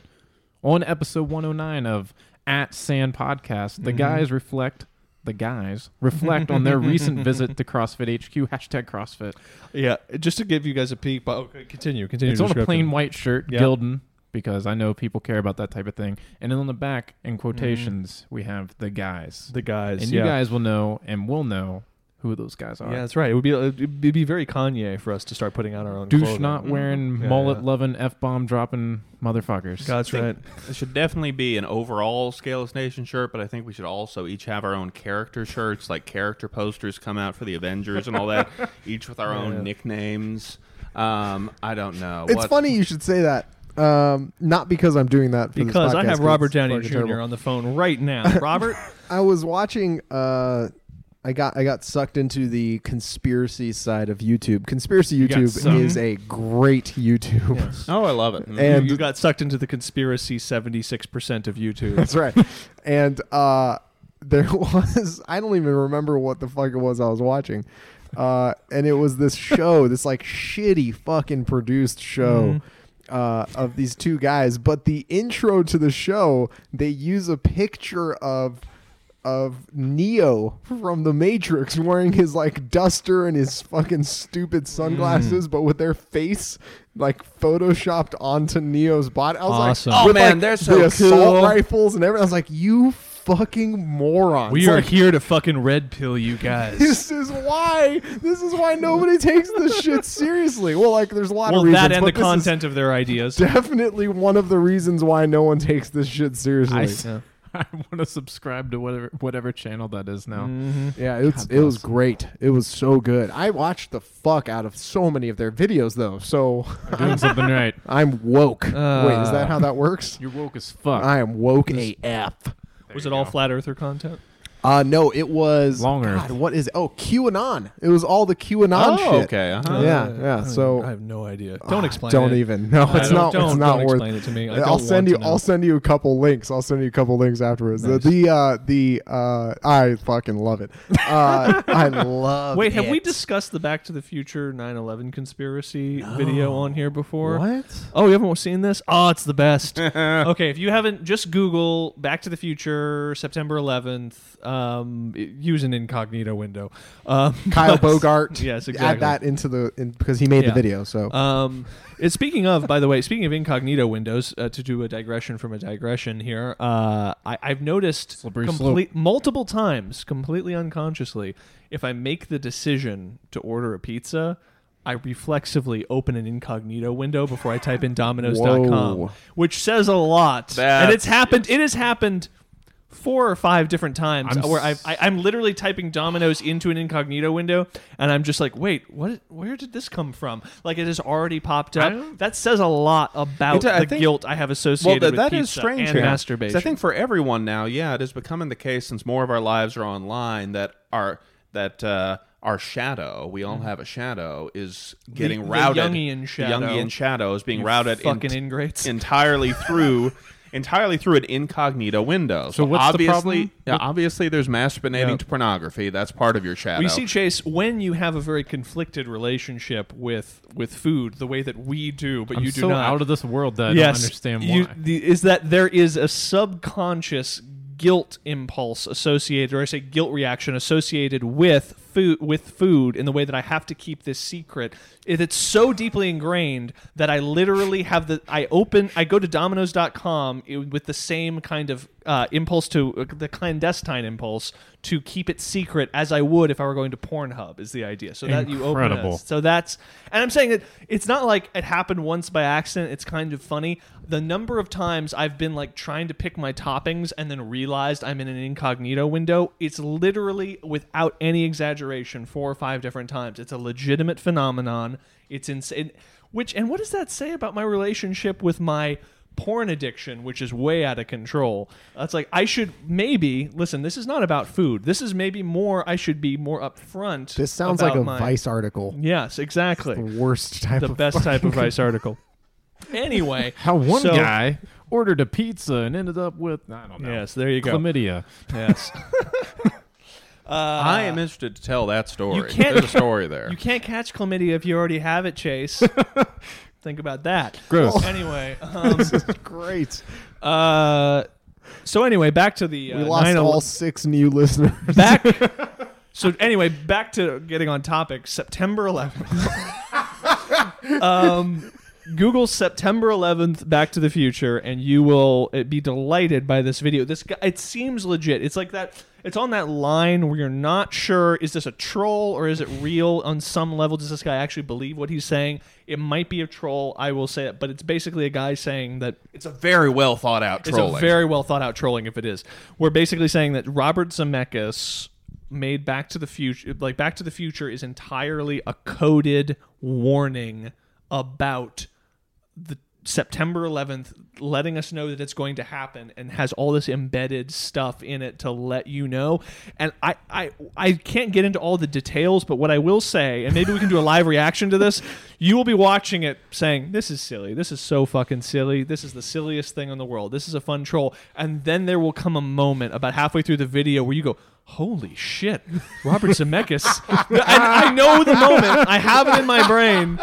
on episode 109 of at Sand Podcast. The guys reflect. The guys reflect on their recent visit to CrossFit HQ. Hashtag CrossFit.
Yeah. Just to give you guys a peek, but okay, continue. Continue.
It's on a
description.
plain white shirt,
Yeah.
Gildan, because I know people care about that type of thing. And then on the back, in quotations, we have the guys.
The guys.
and
yeah.
you guys will know and will know who those guys are.
Yeah, that's right. It would be uh, it'd be very Kanye for us to start putting out our own
douche
clothing. Mm-hmm.
not wearing
Yeah,
mullet
yeah.
loving f bomb dropping motherfuckers.
That's right.
It should definitely be an overall Scaleless Nation shirt, but I think we should also each have our own character shirts, like character posters come out for the Avengers and all that, each with our own nicknames. Um, I don't know.
It's
What-
funny you should say that. Um, not because I'm doing that for this
Because I
podcast,
have
'cause
Robert
it's
Downey
fucking
Jr.
terrible.
on the phone
[laughs]
right now. Robert,
I was watching. Uh, I got I got sucked into the conspiracy side of YouTube. Conspiracy
got
YouTube
sucked.
is a great YouTube.
Oh, I love it.
And-
you got sucked into the conspiracy 76% of
[laughs]
YouTube.
That's right. And uh, there [laughs] was I don't even remember what the fuck it was I was watching. Uh, and it was this show, this like shitty fucking produced show. Uh, of these two guys, but the intro to the show, they use a picture of of Neo from The Matrix wearing his like duster and his fucking stupid sunglasses, but with their face like photoshopped onto Neo's body. I was
Awesome.
like,
Oh,
with,
man,
like,
they're so
the assault
cool.
rifles and everything. I was like, you fucking morons.
We are
Like, [laughs]
here to fucking red pill you guys.
This is why. This is why nobody takes this shit seriously. Well, like, there's a lot
well,
of reasons.
that and the
but this is
content of their ideas.
Definitely one of the reasons why no one takes this shit seriously.
I, s- [laughs] I want to subscribe to whatever whatever channel that is now.
Mm. Mm-hmm.
Yeah, it's, it was great. It was so good. I watched the fuck out of so many of their videos though, so [laughs]
Doing something right.
I'm woke. Wait, is
Uh.
that how that
[laughs]
works?
You're woke as fuck.
I am woke AF.
Was it all flat earther content?
Uh no, it was
Long Earth.
God, what is oh QAnon? It was all the QAnon
Oh,
shit.
okay. Uh-huh.
Yeah,
Uh,
yeah,
I
so- Ah,
I have no idea. Don't explain.
Don't
it.
even. No,
I
it's
don't-
not. it's
don't-
not
don't
worth.
explain it to me. I
I'll
don't
send
want
you.
to know.
I'll send you a couple links. I'll send you a couple links afterwards. The The uh, the uh, I fucking love it. Uh,
[laughs]
I love.
Wait, have we
it.
discussed the Back to the Future 9/11 conspiracy video on here before?
what?
[laughs] Oh, you haven't seen this? Oh, it's
[laughs]
the best. okay, if you haven't, just Google Back to the Future September 11th. Um, i- use an incognito window. Um, [laughs]
Kyle
but-
Bogart.
Yes,
Add
exactly.
that into the in, because he made
Yeah.
the video. So
Um, and speaking of, by the way, speaking of incognito windows, uh, to do a digression from a digression here, uh, I, I've noticed
Slippery
multiple times, completely unconsciously, if I make the decision to order a pizza, I reflexively open an incognito window before I type in Domino's.com,
Whoa.
which says a lot. and
That's-
it's happened. It has happened. Four or five different times
I'm
where
s-
I've, I, I'm literally typing dominoes into an incognito window, and I'm just like, wait, what? Where did this come from? Like, it has already popped up. That says a lot about
It- I
the
think-
guilt I have associated
well,
with
that that
pizza
is strange
and
here. 'Cause
masturbation.
I think for everyone now, yeah, it is becoming the case since more of our lives are online that our that uh, our shadow, we all have a shadow, is getting
Mm-hmm. the
routed.
Jungian
the
shadow.
Jungian shadow is being routed in-
fucking
[laughs]
ingrates.
entirely
[laughs]
through. Entirely through an incognito window. So,
what's the
obviously,
problem?
yeah, obviously, there's masturbating
Yeah.
to pornography. That's part of your shadow.
we see Chase when you have a very conflicted relationship with with food, the way that we do, but
I'm
you do
so
not.
out of this world that I don't understand why.
you- the, is that there is a subconscious guilt impulse associated, or I say guilt reaction associated with food, with food, in the way that I have to keep this secret. It, it's so deeply ingrained that I literally have the I open, I go to Domino's.com i- eh, with the same kind of uh, impulse to the clandestine impulse to keep it secret, as I would if I were going to Pornhub. Is the idea? So that you open
Incredible.
this. So that's, and I'm saying that it's not like it happened once by accident. It's kind of funny. The number of times I've been like trying to pick my toppings and then realized I'm in an incognito window, it's literally, without any exaggeration, four or five different times. It's a legitimate phenomenon. It's insane. Which, and what does that say about my relationship with my porn addiction, which is way out of control. It's like I should maybe listen. This is not about food. This is maybe more. I should be more upfront.
this sounds like
about
a
my-
Vice article.
Yes, exactly.
The worst type. [laughs]
The
of
best type of Vice article. Anyway,
How one
so-
guy ordered a pizza and ended up with I don't know.
Yes, there you go.
Chlamydia.
Yes. Uh,
I am interested to tell that story.
you can't-
There's a
[laughs]
story there.
You can't catch chlamydia if you already have it, Chase. Think about that.
Gross.
Anyway, um, [laughs]
Great.
uh, so anyway, back to the uh,
We lost
9/11
all six new listeners.
[laughs] back. so anyway, back to getting on topic. September 11th. [laughs] um, Google September 11th Back to the Future, and you will uh, be delighted by this video. This guy, it seems legit. It's like that. It's on that line where you're not sure is this a troll or is it real on some level? Does this guy actually believe what he's saying? It might be a troll, I will say it, but it's basically a guy saying that
It's a very well thought out trolling.
it's a very well thought out trolling if it is. We're basically saying that Robert Zemeckis made Back to the Future like Back to the Future is entirely a coded warning about the September 11th letting us know that it's going to happen and has all this embedded stuff in it to let you know. And I I I can't get into all the details, but what I will say and maybe we can do a live reaction to this, you will be watching it saying this is silly. This is so fucking silly. This is the silliest thing in the world. This is a fun troll. And then there will come a moment about halfway through the video where you go Holy shit, Robert Zemeckis! [laughs] And I know the moment. I have it in my brain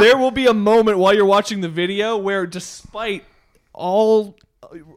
there will be a moment while you're watching the video where despite all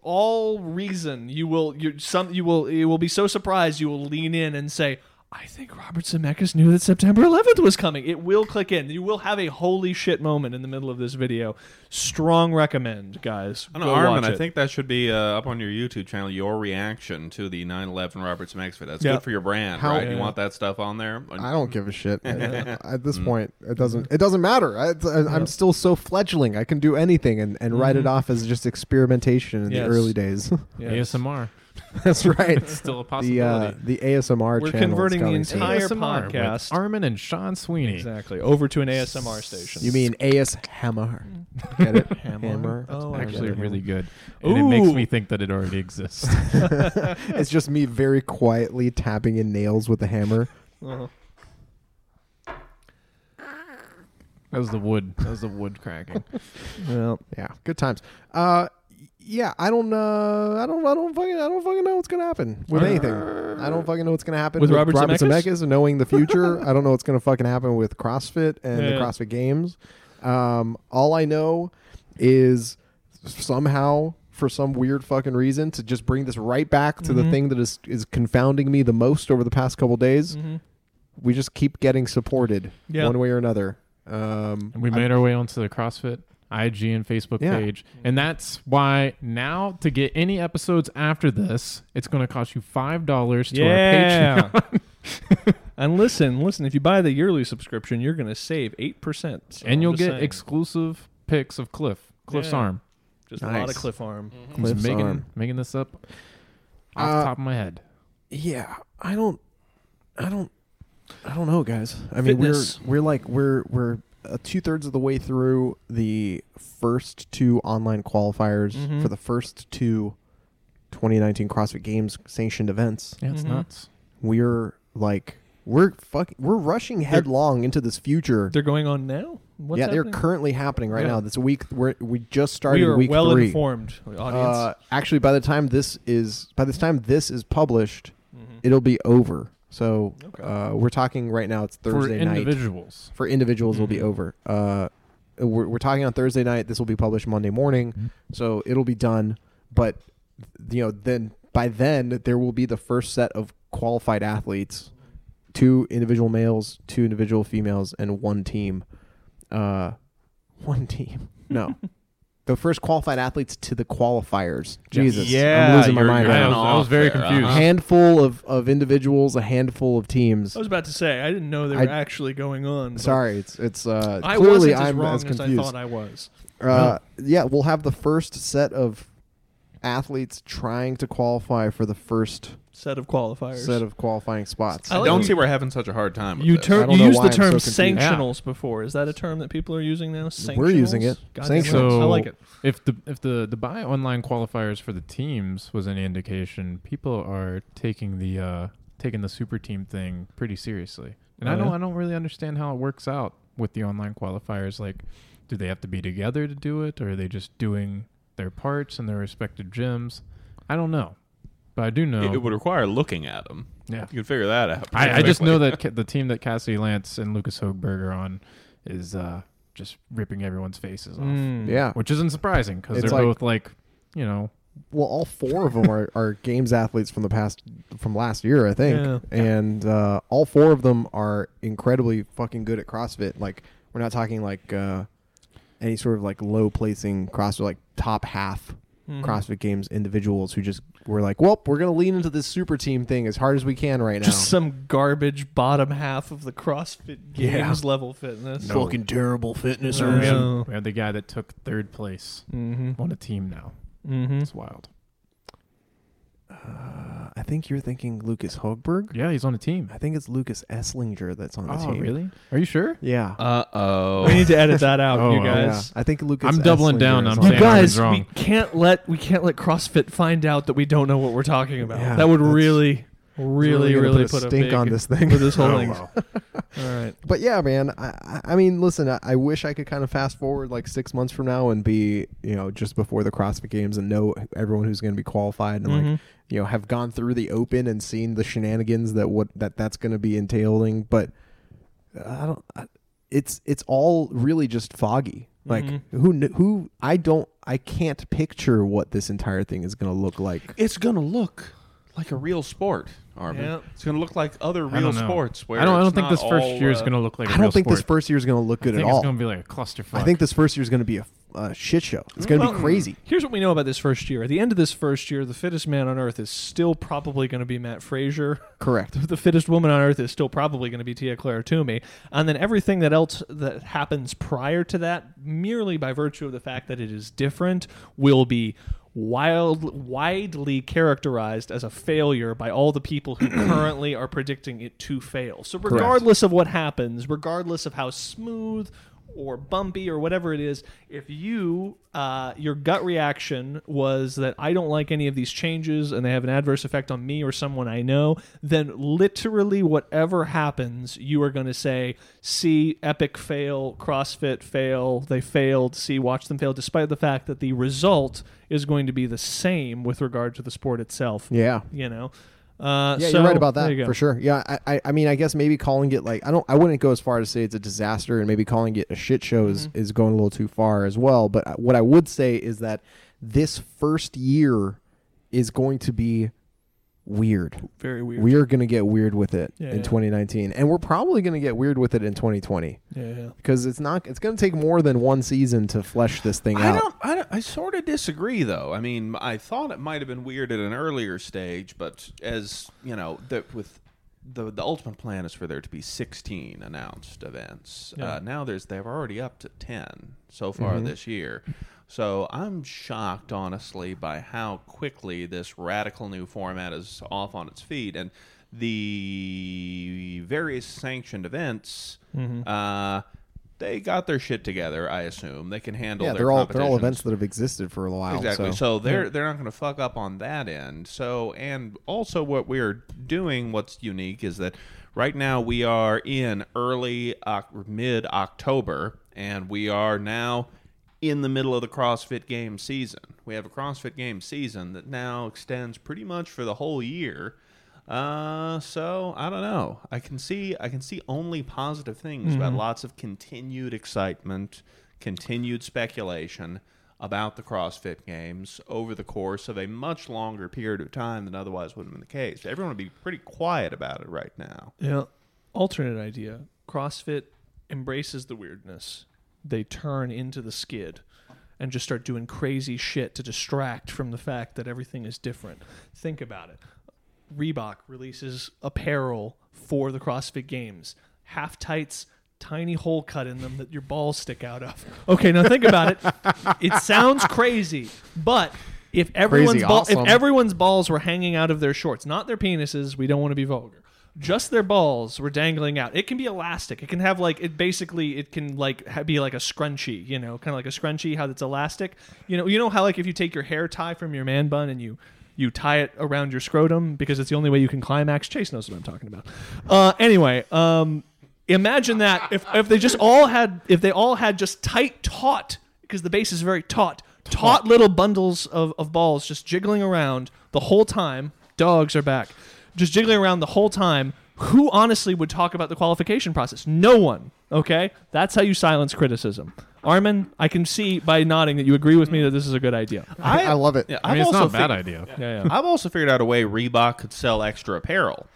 all reason you will you some you will you will be so surprised you will lean in and say I think Robert Zemeckis knew that September 11th was coming. It will click in. You will have a holy shit moment in the middle of this video. Strong recommend, guys.
I don't
Go
know, Armin,
watch
I
it.
think that should be uh, up on your YouTube channel. Your reaction to the 9/11 Robert Zemeckis. That's
Yeah.
good for your brand,
How-
right? You
Yeah.
want that stuff on there.
I don't give a
[laughs]
shit I- at
Mm.
this point. It doesn't. It doesn't matter. I, it's- I, I'm still so fledgling. I can do anything and, and write it off as just experimentation in
Mm-hmm. Yes.
the early days. [laughs]
[laughs]
Yes.
ASMR.
That's right.
Still a
the uh,
possibility.
the ASMR.
We're
channel is
converting the
coming soon.
entire
ASMR with
podcast.
Armin and Sean Sweeney.
Exactly. Over to an ASMR station.
You mean AS Hammer? Get it?
Mm. [laughs] Hammer? Oh, I
Actually,
get it.
really good. And it makes
Ooh.
me think that it already exists.
[laughs] it's just me very quietly tapping in nails with a hammer.
that was the wood. That was the wood cracking.
Well,
Yeah, good times. Uh, yeah, I don't uh, I don't, I don't fucking, I don't fucking know what's gonna happen with anything. I don't fucking know what's gonna happen
With Robert Zemeckis?
Zemeckis and knowing the
[laughs]
future. I don't know what's gonna fucking happen with CrossFit and the
Yeah.
CrossFit Games. Um, all I know is somehow. For some weird fucking reason, to just bring this right back to
Mm-hmm.
the thing that is is confounding me the most over the past couple days, we just keep getting supported
Mm-hmm. Yeah.
one way or another. Um,
And we made our way onto the CrossFit IG and Facebook
Yeah.
page. And that's why now to get any episodes after this, it's going to cost you $5 to our Patreon.
yeah. [laughs] and listen, listen, if you buy the yearly subscription, you're going to save 8%. So I'm
And you'll
just
get
saying.
exclusive pics of Cliff. Cliff's
Yeah.
arm.
Just a lot of
Nice.
cliff arm.
He's
Cliff's
making,
arm.
making this up off
Uh,
the top of my head.
yeah i don't i don't i don't know guys i mean
Fitness.
we're we're like we're we're uh, two-thirds of the way through the first two online qualifiers
Mhm.
for the first two 2019 crossfit games sanctioned events
Yeah, it's
Mhm.
nuts.
we're like we're fuck, we're rushing headlong into this future
They're going on now? What's
yeah
happening?
they're currently happening right
Yeah.
now this week we're, we just started
We are
week
well
three
informed, audience.
uh, actually by the time this is by the time this is published
Mm-hmm.
it'll be over so uh, we're talking right now it's thursday
For
night
individuals.
for individuals it'll
Mm-hmm.
be over uh, we're, we're talking on thursday night this will be published monday morning
Mm-hmm.
so it'll be done but you know then by then there will be the first set of qualified athletes two individual males two individual females and one team uh, one
[laughs]
team no the first qualified athletes to the qualifiers jesus
Yeah,
i'm losing my
you're-
mind
you're
right now.
I was, I was very
Off uh-huh. there,
confused.
a handful of, of individuals a handful of teams
I was about to say, I didn't know they were
I-
actually going on. but
sorry it's it's uh
I
clearly
wasn't as
i'm
wrong
as
as, I
confused
thought I was.
uh, yeah, we'll have the first set of athletes trying to qualify for the first
Set of qualifiers.
set of qualifying spots.
I
I
like
don't
you-
see we're having such a hard time. With
you
this.
I
ter-
don't
you
know
used
why
the
I'm
term
so confused.
sanctionals before. Is that a term that people are using now? Sanctionals?
We're using it.
God damn it.
Sanctionals.
I like it.
If the if the Dubai online qualifiers for the teams was any indication, people are taking the uh, taking the super team thing pretty seriously. And I
Oh,
don't
yeah?
I don't really understand how it works out with the online qualifiers. Like, do they have to be together to do it, or are they just doing their parts and their respective gyms. I don't know, but I do know.
It, it would require looking at them.
Yeah.
you can figure that out.
I, I just
quickly.
know that ca- the team that Cassidy Lance and Lucas Hochberg are on is uh, just ripping everyone's faces off,
Mm.
Yeah.
which isn't surprising because
It's
they're
like-
both like, you know,
Well, all four of them are, [laughs] are games athletes from the past, from last year, I think.
Yeah.
And uh, all four of them are incredibly fucking good at CrossFit. Like, we're not talking like uh, any sort of like low placing CrossFit, like top half
Mm-hmm.
CrossFit games individuals who just were like, well, we're going to lean into this super team thing as hard as we can right now.
Just some garbage bottom half of the CrossFit Games
Yeah.
level fitness.
Fucking terrible fitness.
or- Yeah.
we had the guy that took third place
Mm-hmm.
on a team now.
Mm-hmm.
It's wild.
Uh, I think you're thinking Lucas Hogberg.
Yeah, he's on a team.
I think it's Lucas Esslinger that's on the
Oh,
team.
really? Are you sure?
Yeah.
Uh
We
oh.
need to edit
[laughs]
that out,
Oh,
you
wow.
guys.
Yeah. I think Lucas.
I'm doubling
Esslinger
down
is
on
on there.
You
Sam Sam Irvin's
guys, we
wrong.
can't let we can't let CrossFit find out that we don't know what we're talking about.
Yeah,
that would
that's-
really, really,
gonna
really
put a
put a
stink
big-
on
[laughs]
this thing.
with this whole
Oh,
thing.
wow.
All right.
But yeah, man. I, I- I mean, listen. I, I wish I could kind of fast forward like six months from now and be, you know, just before the CrossFit Games and know everyone who's going to be qualified and
Mm-hmm.
like, you know, have gone through the Open and seen the shenanigans that what that that's going to be entailing. But I don't. I, it's it's all really just foggy. Like
Mm-hmm.
who kn- who I don't I can't picture what this entire thing is going to look like.
It's gonna look like a real sport, Armin.
Yep.
It's gonna look like other
I
real
don't know.
sports. Where
I don't. I
it's
don't think
not
this first
all,
year is
uh,
going to look like. I
I don't think this first year is going to look
I
good
think
at all.
it's going to be like a clusterfuck.
I think this first year is going to be a, a shit show. It's going to be crazy.
Here's what we know about this first year. At the end of this first year, the fittest man on earth is still probably going to be Matt Frazier.
Correct.
[laughs] The fittest woman on earth is still probably going to be Tia Clara Toomey. And then everything that else that happens prior to that, merely by virtue of the fact that it is different, will be wild, widely characterized as a failure by all the people who currently are predicting it to fail. So, regardless of what happens, regardless of how smooth or bumpy or whatever it is, if you uh, your gut reaction was that I don't like any of these changes and they have an adverse effect on me or someone I know, then literally whatever happens, you are going to say, "See, Epic fail, CrossFit fail, they failed. See, watch them fail," despite the fact that the result is going to be the same with regard to the sport itself.
Yeah.
You know. Uh,
Yeah,
so,
you're right about
there you
that
go.
for sure. Yeah, I, I, I mean, I guess maybe calling it like I don't, I wouldn't go as far to say it's a disaster, and maybe calling it a shit show is,
Mm-hmm.
is going a little too far as well. But I- what I would say is that this first year is going to be weird.
Very weird.
We are going to get weird with it
Yeah,
in
yeah.
2019, and we're probably going to get weird with it in 2020
Yeah, yeah.
because it's not, it's going to take more than one season to flesh this thing
I
out.
don't, I don't. I sort of disagree, though. I mean, I thought it might have been weird at an earlier stage, but as you know, that with the the ultimate plan is for there to be sixteen announced events. Uh, now there's they're already up to ten so far this year. So I'm shocked, honestly, by how quickly this radical new format is off on its feet and. The various sanctioned events uh, they got their shit together. I assume they can handle.
yeah,
their
they're all they're all
competitions.
events that have existed for a while.
Exactly.
so-
So they're they're not going to fuck up on that end. So and also what we are doing, what's unique is that right now we are in early mid October, and we are now in the middle of the CrossFit Games season. We have a CrossFit Games season that now extends pretty much for the whole year. Uh, so I don't know. I can see I can see only positive things
Mm-hmm.
about lots of continued excitement, continued speculation about the CrossFit Games over the course of a much longer period of time than otherwise would have been the case. Everyone would be pretty quiet about it right now.
Yeah. Alternate idea. CrossFit embraces the weirdness. They turn into the skid and just start doing crazy shit to distract from the fact that everything is different. Think about it. Reebok releases apparel for the CrossFit Games. Half tights, tiny hole cut in them that your balls stick out of. Okay, now think about it. It sounds crazy, but if everyone's ball,
awesome.
if everyone's balls were hanging out of their shorts, not their penises, we don't want to be vulgar. Just their balls were dangling out. It can be elastic. It can have like it basically it can like ha- be like a scrunchie, you know, kind of like a scrunchie how that's elastic. You know, you know how like if you take your hair tie from your man bun and you you tie it around your scrotum because it's the only way you can climax. Chase knows what I'm talking about. Uh, anyway, um, imagine that if, if they just all had if they all had just tight taut because the base is very taut taut little bundles of, of balls just jiggling around the whole time. Dogs are back. Just jiggling around the whole time. Who honestly would talk about the qualification process? No one. Okay? That's how you silence criticism. Armin, I can see by nodding that you agree with me that this is a good idea.
I, I love it.
Yeah,
I mean,
I've
it's
also
not a bad
fig-
idea.
Yeah, yeah.
I've also figured out a way Reebok could sell extra apparel.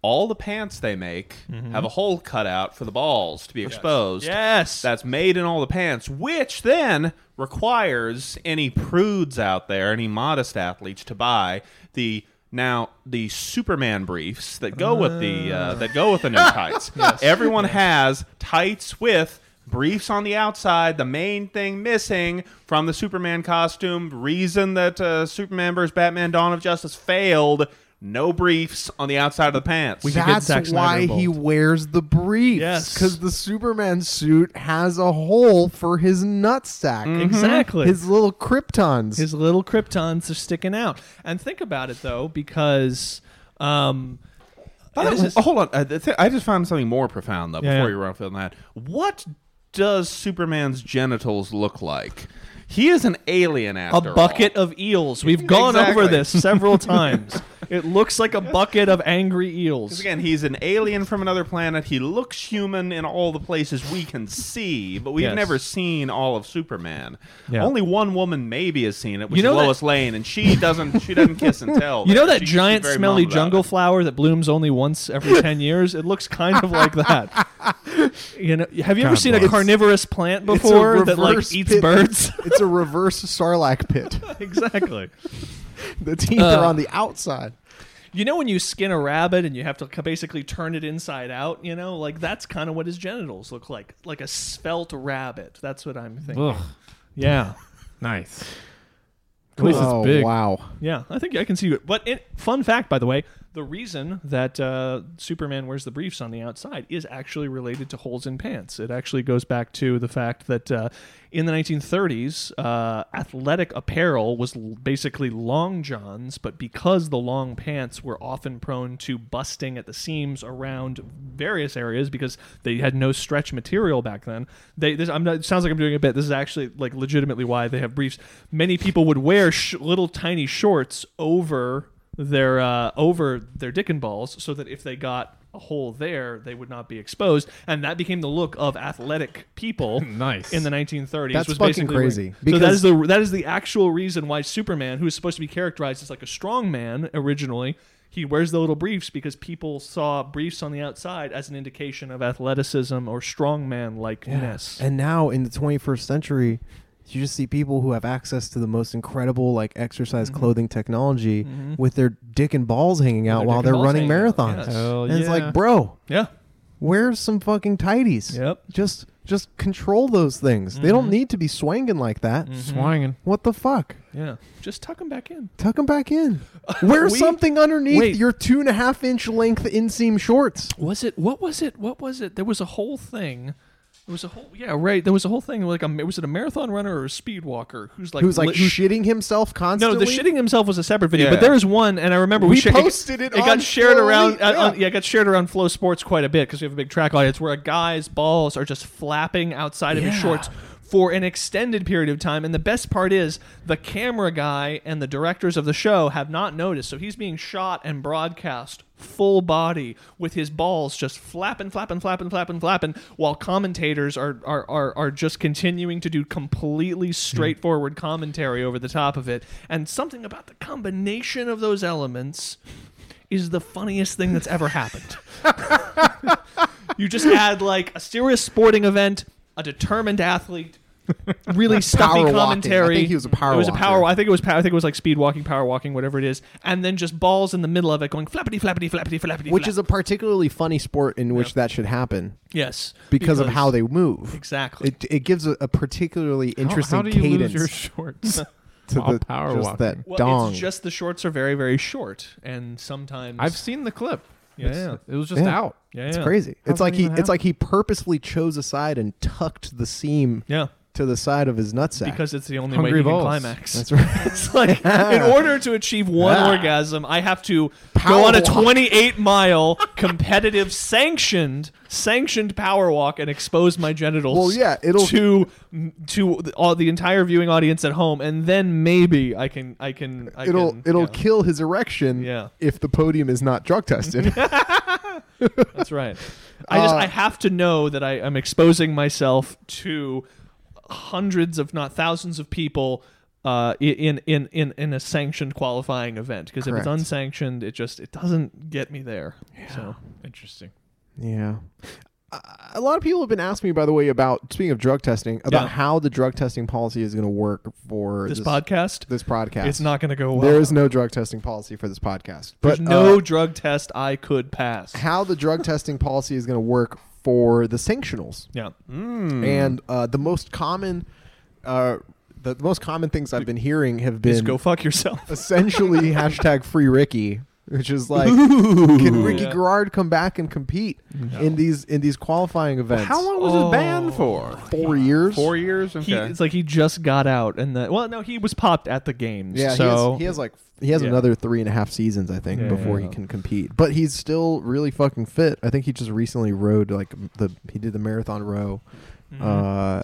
All the pants they make
Mm-hmm.
have a hole cut out for the balls to be exposed.
Yes.
That's made in all the pants, which then requires any prudes out there, any modest athletes, to buy the now the Superman briefs that go with the uh, that go
[laughs]
with the new tights. Everyone has tights with briefs on the outside. The main thing missing from the Superman costume, reason that uh, Superman vs. Batman: Dawn of Justice failed. No briefs on the outside of the pants.
should get Zack
That's
Snyder
why he
involved.
wears the briefs.
Yes.
because the Superman suit has a hole for his nutsack.
Exactly.
Mm-hmm. His little kryptons.
Mm. His little kryptons are sticking out. And think about it though, because um,
By the
this
way,
is-
hold on. Uh, the thi- I just found something more profound though.
Yeah,
before
yeah.
you run off on that, what does Superman's genitals look like? He is an alien
a
after
bucket of
[laughs]
eels. We've gone
Exactly.
over this several times. it looks like a bucket of angry
Because
eels.
again, he's an alien from another planet. He looks human in all the places we can see, but we've
Yes.
never seen all of Superman.
Yeah.
Only one woman maybe has seen it, which
You know
is
that-
Lois Lane, and she doesn't. She doesn't kiss and tell.
[laughs] You know that
She- she's
giant
very
smelly
mum about [laughs]
jungle
it.
flower that blooms only once every
[laughs]
10 years? It looks kind of like that. You know, have you ever
God
seen a
bless.
carnivorous plant
It's a
before that like
reverse
eats
pit-
birds? [laughs]
[laughs] it's a reverse sarlacc pit. [laughs]
exactly.
The teeth are
Uh,
on the outside.
You know when you skin a rabbit and you have to c- basically turn it inside out, you know? Like that's kind of what his genitals look like. Like a svelte rabbit. That's what I'm thinking.
Ugh,
Yeah.
nice. At least
oh
it's big.
wow!
Yeah, I think I can see it. But it, fun fact, by the way, the reason that uh, Superman wears the briefs on the outside is actually related to holes in pants. It actually goes back to the fact that uh, in the 1930s, uh, athletic apparel was l- basically long johns, but because the long pants were often prone to busting at the seams around various areas because they had no stretch material back then. They this I'm not it sounds like I'm doing a bit. This is actually like legitimately why they have briefs. Many people would wear sh- little tiny shorts over their uh, over their dick and balls so that if they got a hole there, they would not be exposed, and that became the look of athletic people.
Nice.
in the 1930s.
That's
was
fucking
basically
crazy,
wearing- so that
because-
is the that is the actual reason why Superman, who is supposed to be characterized as like a strong man originally, he wears the little briefs because people saw briefs on the outside as an indication of athleticism or strongman likeness.
And now in the 21st century, you just see people who have access to the most incredible like exercise clothing technology with their dick and balls hanging out
Mm-hmm. their
while
dick
they're
and balls
running
hanging
marathons.
out, yes.
Hell
and it's
yeah.
like, bro,
Yeah.
wear some fucking tighties.
Yep.
Just just control those things. They don't need to be swanging like that.
Mm. Mm-hmm. Swanging.
What the fuck?
Yeah. Just tuck them back in.
Tuck them back in. Wear
We-
something underneath
wait.
your two and a half inch length inseam shorts.
Was it what was it? What was it? There was a whole thing. There was a whole yeah, right. There was a whole thing like a was it a marathon runner or a speed walker who's like
Who's like
lit-
shitting himself
No,
constantly?
the shitting himself was a separate video,
Yeah.
but there is one, and I remember we,
We
shared-
posted it
It
on
got shared
Flow
around,
Elite,
uh, on-
yeah.
yeah, it got shared around Flow Sports quite a bit because we have a big track audience where a guy's balls are just flapping outside of his
Yeah.
shorts for an extended period of time, and the best part is the camera guy and the directors of the show have not noticed, so he's being shot and broadcast full body with his balls just flapping flapping flapping flapping flapping while commentators are are, are are just continuing to do completely straightforward commentary over the top of it and something about the combination of those elements is the funniest thing that's
[laughs]
ever happened you just add like a serious sporting event a determined athlete
[laughs]
really stuffy
walking. I
commentary
think he was a power
it was a
walker.
power I think it was pow- I think it was like speed walking, power walking, whatever it is, and then just balls in the middle of it going flappity flappity flappity flappity.
which
flap.
is a particularly funny sport in which that should happen
yes
because, of how they move.
exactly.
It, it gives a, a particularly interesting
how, how do you
cadence
lose [laughs]
[laughs]
your shorts?
to
while
the
power
just
walking?
that
well,
dong.
it's just the shorts are very very short, and sometimes
I've seen the clip.
Yeah,
It's- It was just
Yeah.
out.
yeah,
it's
yeah.
crazy.
How
it's
can
like
it
he
even
it's like he purposely chose a side and tucked the seam
Yeah,
to the side of his nutsack.
because it's the only
Hungry
way he
balls.
can climax.
That's right.
[laughs] It's
[laughs]
like in order to achieve one orgasm, I have to
Power
go on a
walk. [laughs]
28 mile competitive sanctioned sanctioned power walk and expose my genitals.
Well, yeah, it'll-
to to the, all the entire viewing audience at home, and then maybe I can I can I
it'll
can,
it'll
yeah,
kill his erection
Yeah.
if the podium is not drug
[laughs]
tested. [laughs]
That's right. [laughs] I just
Uh,
I have to know that I am exposing myself to hundreds, if not thousands, of people. Uh, i- in, in in in a sanctioned qualifying event because if it's
Correct.
unsanctioned it just it doesn't get me there so
Interesting.
yeah. A- A lot of people have been asking me, by the way, about speaking of drug testing, about
Yeah.
how the drug testing policy is going to work for
this, podcast
This podcast.
it's not going to go well
There is no drug testing policy for this podcast.
There's
But
no
uh,
drug test i could pass
how the
[laughs]
drug testing policy is going to work for the sanctionals
yeah Hmm.
and uh, the most common, uh, the, the most common things I've been hearing have been
just go fuck
[laughs]
yourself [laughs]
essentially hashtag free Ricky, which is like, can Ricky
Yeah.
Garrard come back and compete in these in these qualifying events?
Hmm. How long was
Oh.
his ban for?
Four years.
Four years. Okay.
he, it's like he just got out and the, well no he was popped at the games
Yeah,
so
he, has, he has like he has
Yeah.
another three and a half seasons, I think,
Yeah,
before
yeah.
he can compete. But he's still really fucking fit. I think he just recently rode like the he did the marathon row,
Mm-hmm.
uh,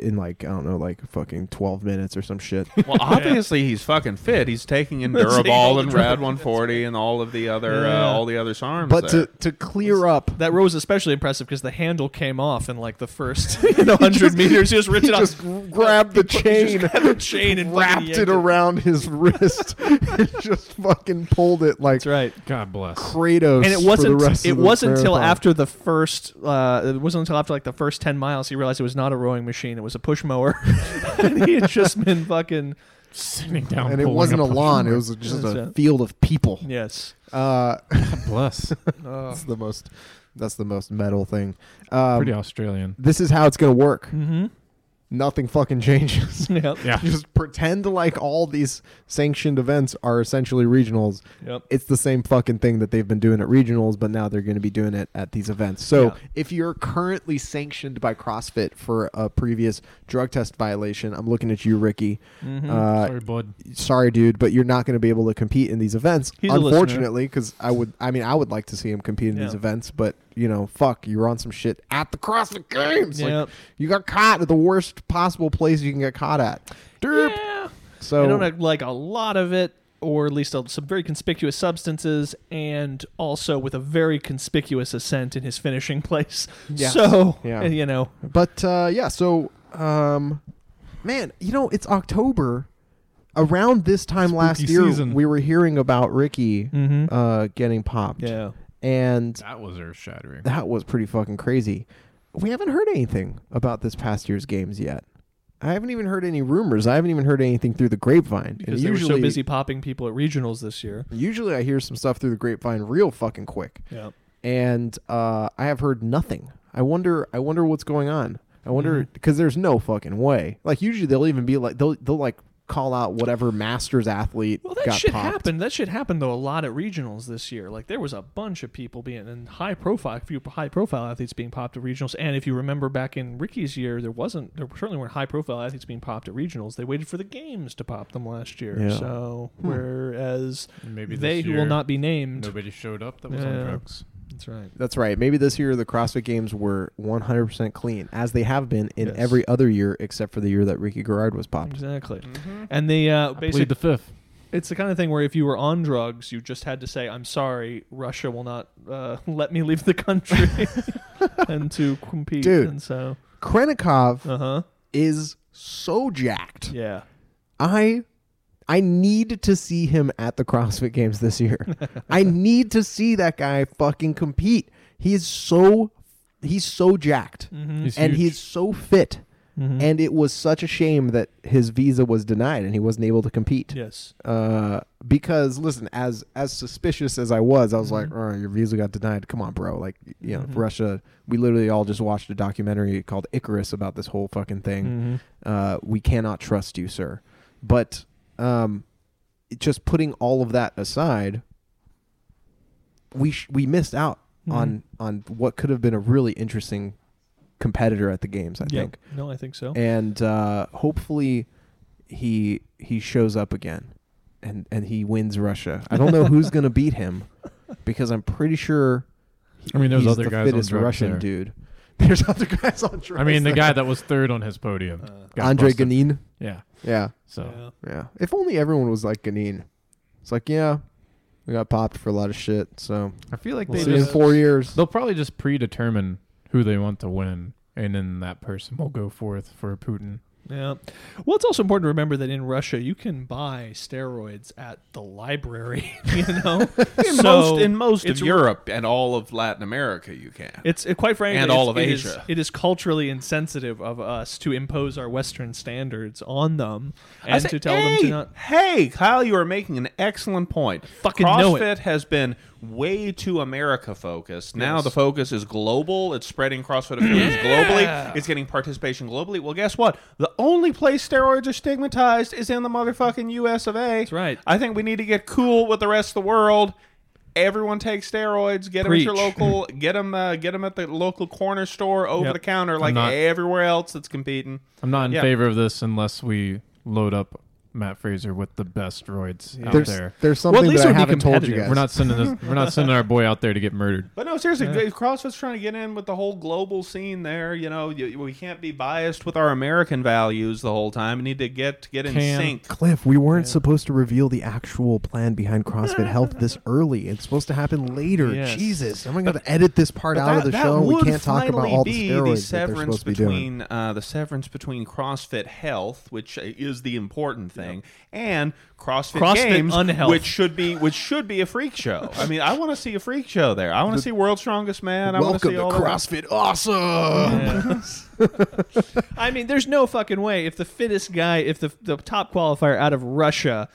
in like I don't know, like fucking twelve minutes or some
[laughs]
shit.
[laughs] well, obviously he's fucking fit. He's taking Enduraball and Rad 140 and all of the other
Yeah.
uh, all the other SARMs.
but
there.
to to clear up.
that row was especially impressive because the handle came off in like
[laughs]
the first you know, 100 meters he just ripped
He
it [laughs]
just
off
grabbed the chain,
grabbed the chain
[laughs]
and fucking
wrapped
yanked
it
it.
around his [laughs] wrist, and just fucking pulled it like
that's right
God bless.
Kratos.
and it
For
wasn't
the rest
it
of the
wasn't until
marathon.
after the first uh, it wasn't until after like the first 10 miles he realized it was not a rowing machine it was a push mower [laughs] and he had just been fucking
Sitting down.
And it
pulling
wasn't a
punch.
lawn; it was just
That's Oh.
a
it.
field of people.
yes
Uh,
[laughs] God bless.
That's the most. That's the most metal thing. Um,
Pretty Australian.
this is how it's gonna work.
mm-hmm [laughs]
Nothing fucking changes.
yeah
[laughs]
Yeah.
Just pretend like all these sanctioned events are essentially regionals.
Yep.
It's the same fucking thing that they've been doing at regionals, but now they're going to be doing it at these events. So
Yeah.
if you're currently sanctioned by CrossFit for a previous drug test violation, I'm looking at you, Ricky.
Mm-hmm.
Uh,
Sorry, bud.
sorry dude but you're not going to be able to compete in these events
He's a listener.
unfortunately because i would i mean i would like to see him compete in
Yeah.
these events but you know fuck you're on some shit at the crossfit games like,
Yep.
you got caught at the worst possible place you can get caught at Derp.
Yeah.
so
I don't have, like a lot of it, or at least a, some very conspicuous substances, and also with a very conspicuous ascent in his finishing place.
[laughs] Yes.
So,
Yeah.
uh, you know,
but uh yeah so um man you know it's october around this time last
Spooky
year
season.
we were hearing about ricky
Mhm.
uh getting popped
yeah.
and
That was
[laughs]
earth shattering.
that was pretty fucking crazy. We haven't heard anything about this past year's games yet. I haven't even heard any rumors. I haven't even heard anything through the grapevine.
Because they were so busy popping people at regionals this year.
Usually, I hear some stuff through the grapevine real fucking quick,
Yeah.
and uh, I have heard nothing. I wonder. I wonder what's going on. I wonder
Mm-hmm.
because there's no fucking way. Like usually, they'll even be like they'll they'll like call out whatever masters athlete
Well, that
got
shit
popped.
happened. That shit happened though a lot at regionals this year. Like there was a bunch of people being in high profile, few high profile athletes being popped at regionals. And if you remember back in Ricky's year, there wasn't, there certainly weren't high profile athletes being popped at regionals. They waited for the games to pop them last year.
Yeah. Hmm.
So whereas
Maybe
they
this
who
year,
will not be named.
Nobody showed up that was on
Yeah.
drugs.
That's right.
That's right. Maybe this year the CrossFit Games were 100% clean, as they have been in
Yes.
every other year except for the year that Ricky Garrard was popped.
Exactly. And the uh,
Plead the
basically,
fifth.
it's the kind of thing where if you were on drugs, you just had to say, "I'm sorry, Russia will not uh, [laughs] let me leave
[laughs]
the country," [laughs] and to compete.
Dude.
And so,
Krenikov
uh huh.
is so jacked.
Yeah.
I I need to see him at the CrossFit Games this year.
[laughs]
I need to see that guy fucking compete. He is so he's so jacked.
Mm-hmm.
He's
and
huge. Mm-hmm.
he's so fit. And it was such a shame that his visa was denied and he wasn't able to compete.
Yes.
Uh, because listen, as as suspicious as I was, I
Mm-hmm.
was like, "Oh, your visa got denied. Come on, bro. Like, you know, Russia. We literally all just watched a documentary called Icarus about this whole fucking thing. Uh, we cannot trust you, sir." But um, it- just putting all of that aside,
Mm-hmm.
Mm-hmm.
we sh- we missed out on on what could have been a really interesting competitor at the games. I
Yeah.
think,
No, I think so.
and uh, hopefully he he shows up again, and and he wins Russia. I
[laughs]
don't know who's gonna beat him, because I'm pretty sure. he-
I mean, there's
he's
other
the
guys on
fittest
drugs
Russian
there.
dude. [laughs] There's other guys on drugs.
I
[laughs]
mean, the
there.
guy that was third on his podium,
Uh,
got
Uh, Andre
busted.
Ganin.
Yeah.
Yeah,
So
Yeah.
yeah. If only everyone was like Ganin. It's like, yeah, we got popped for a lot of shit. So
I feel like
we'll
they
see in
just,
four years.
they'll probably just predetermine who they want to win, and then that person will go forth for Putin.
Yeah. Well, it's also important to remember that in Russia, you can buy steroids at the library. [laughs] You know,
[laughs] In
So
most in most of
it's re-
Europe and all of Latin America, you can.
It's it, quite frankly,
And
it's-
all of
it is-
Asia.
it is culturally insensitive of us to impose our Western standards on them
I
and
say,
to tell
hey,
them to not.
Hey, Kyle, you are making an excellent point.
Fucking
CrossFit
know it.
has been way too America focused. Now
Yes.
the focus is global. It's spreading CrossFit affiliates globally. It's getting participation globally. Well, guess what? The only place steroids are stigmatized is in the motherfucking U.S. of A. That's
right.
I think we need to get cool with the rest of the world. Everyone takes steroids. Get them at your
Preach. [laughs]
local. Get them. Uh, get 'em at the local corner store, over
Yep.
the counter, like
not-
everywhere else that's competing.
I'm not in
Yeah.
favor of this unless we load up Matt Fraser with the best droids out
There's [laughs]
there.
there's
Well, at
something
least
that
it
I
would be
haven't told you
competitive.
guys.
We're not sending this, we're not sending our boy out there to get murdered.
But no, seriously, CrossFit's trying to get in with the whole global scene. There, you know, you, we can't be biased with our American values the whole time. We need to get get in
Can-
sync.
Cliff, we weren't supposed to reveal the actual plan behind CrossFit Health this early. It's supposed to happen later.
Yes.
Jesus, am I going to edit this part
But
out of the
that
show? We
would
can't talk about
finally
all the
be
steroids that they're
severance
supposed to be doing.
between uh, the severance between CrossFit Health, which uh, is the important thing, and CrossFit,
CrossFit
Games,
Unhealth.
which should be which should be a freak show. I mean, I want to see a freak show there. I want to see World's Strongest Man. I want to
Welcome
see
to
all that.
CrossFit Awesome.
[laughs] I mean, there's no fucking way if the fittest guy, if the the top qualifier out of Russia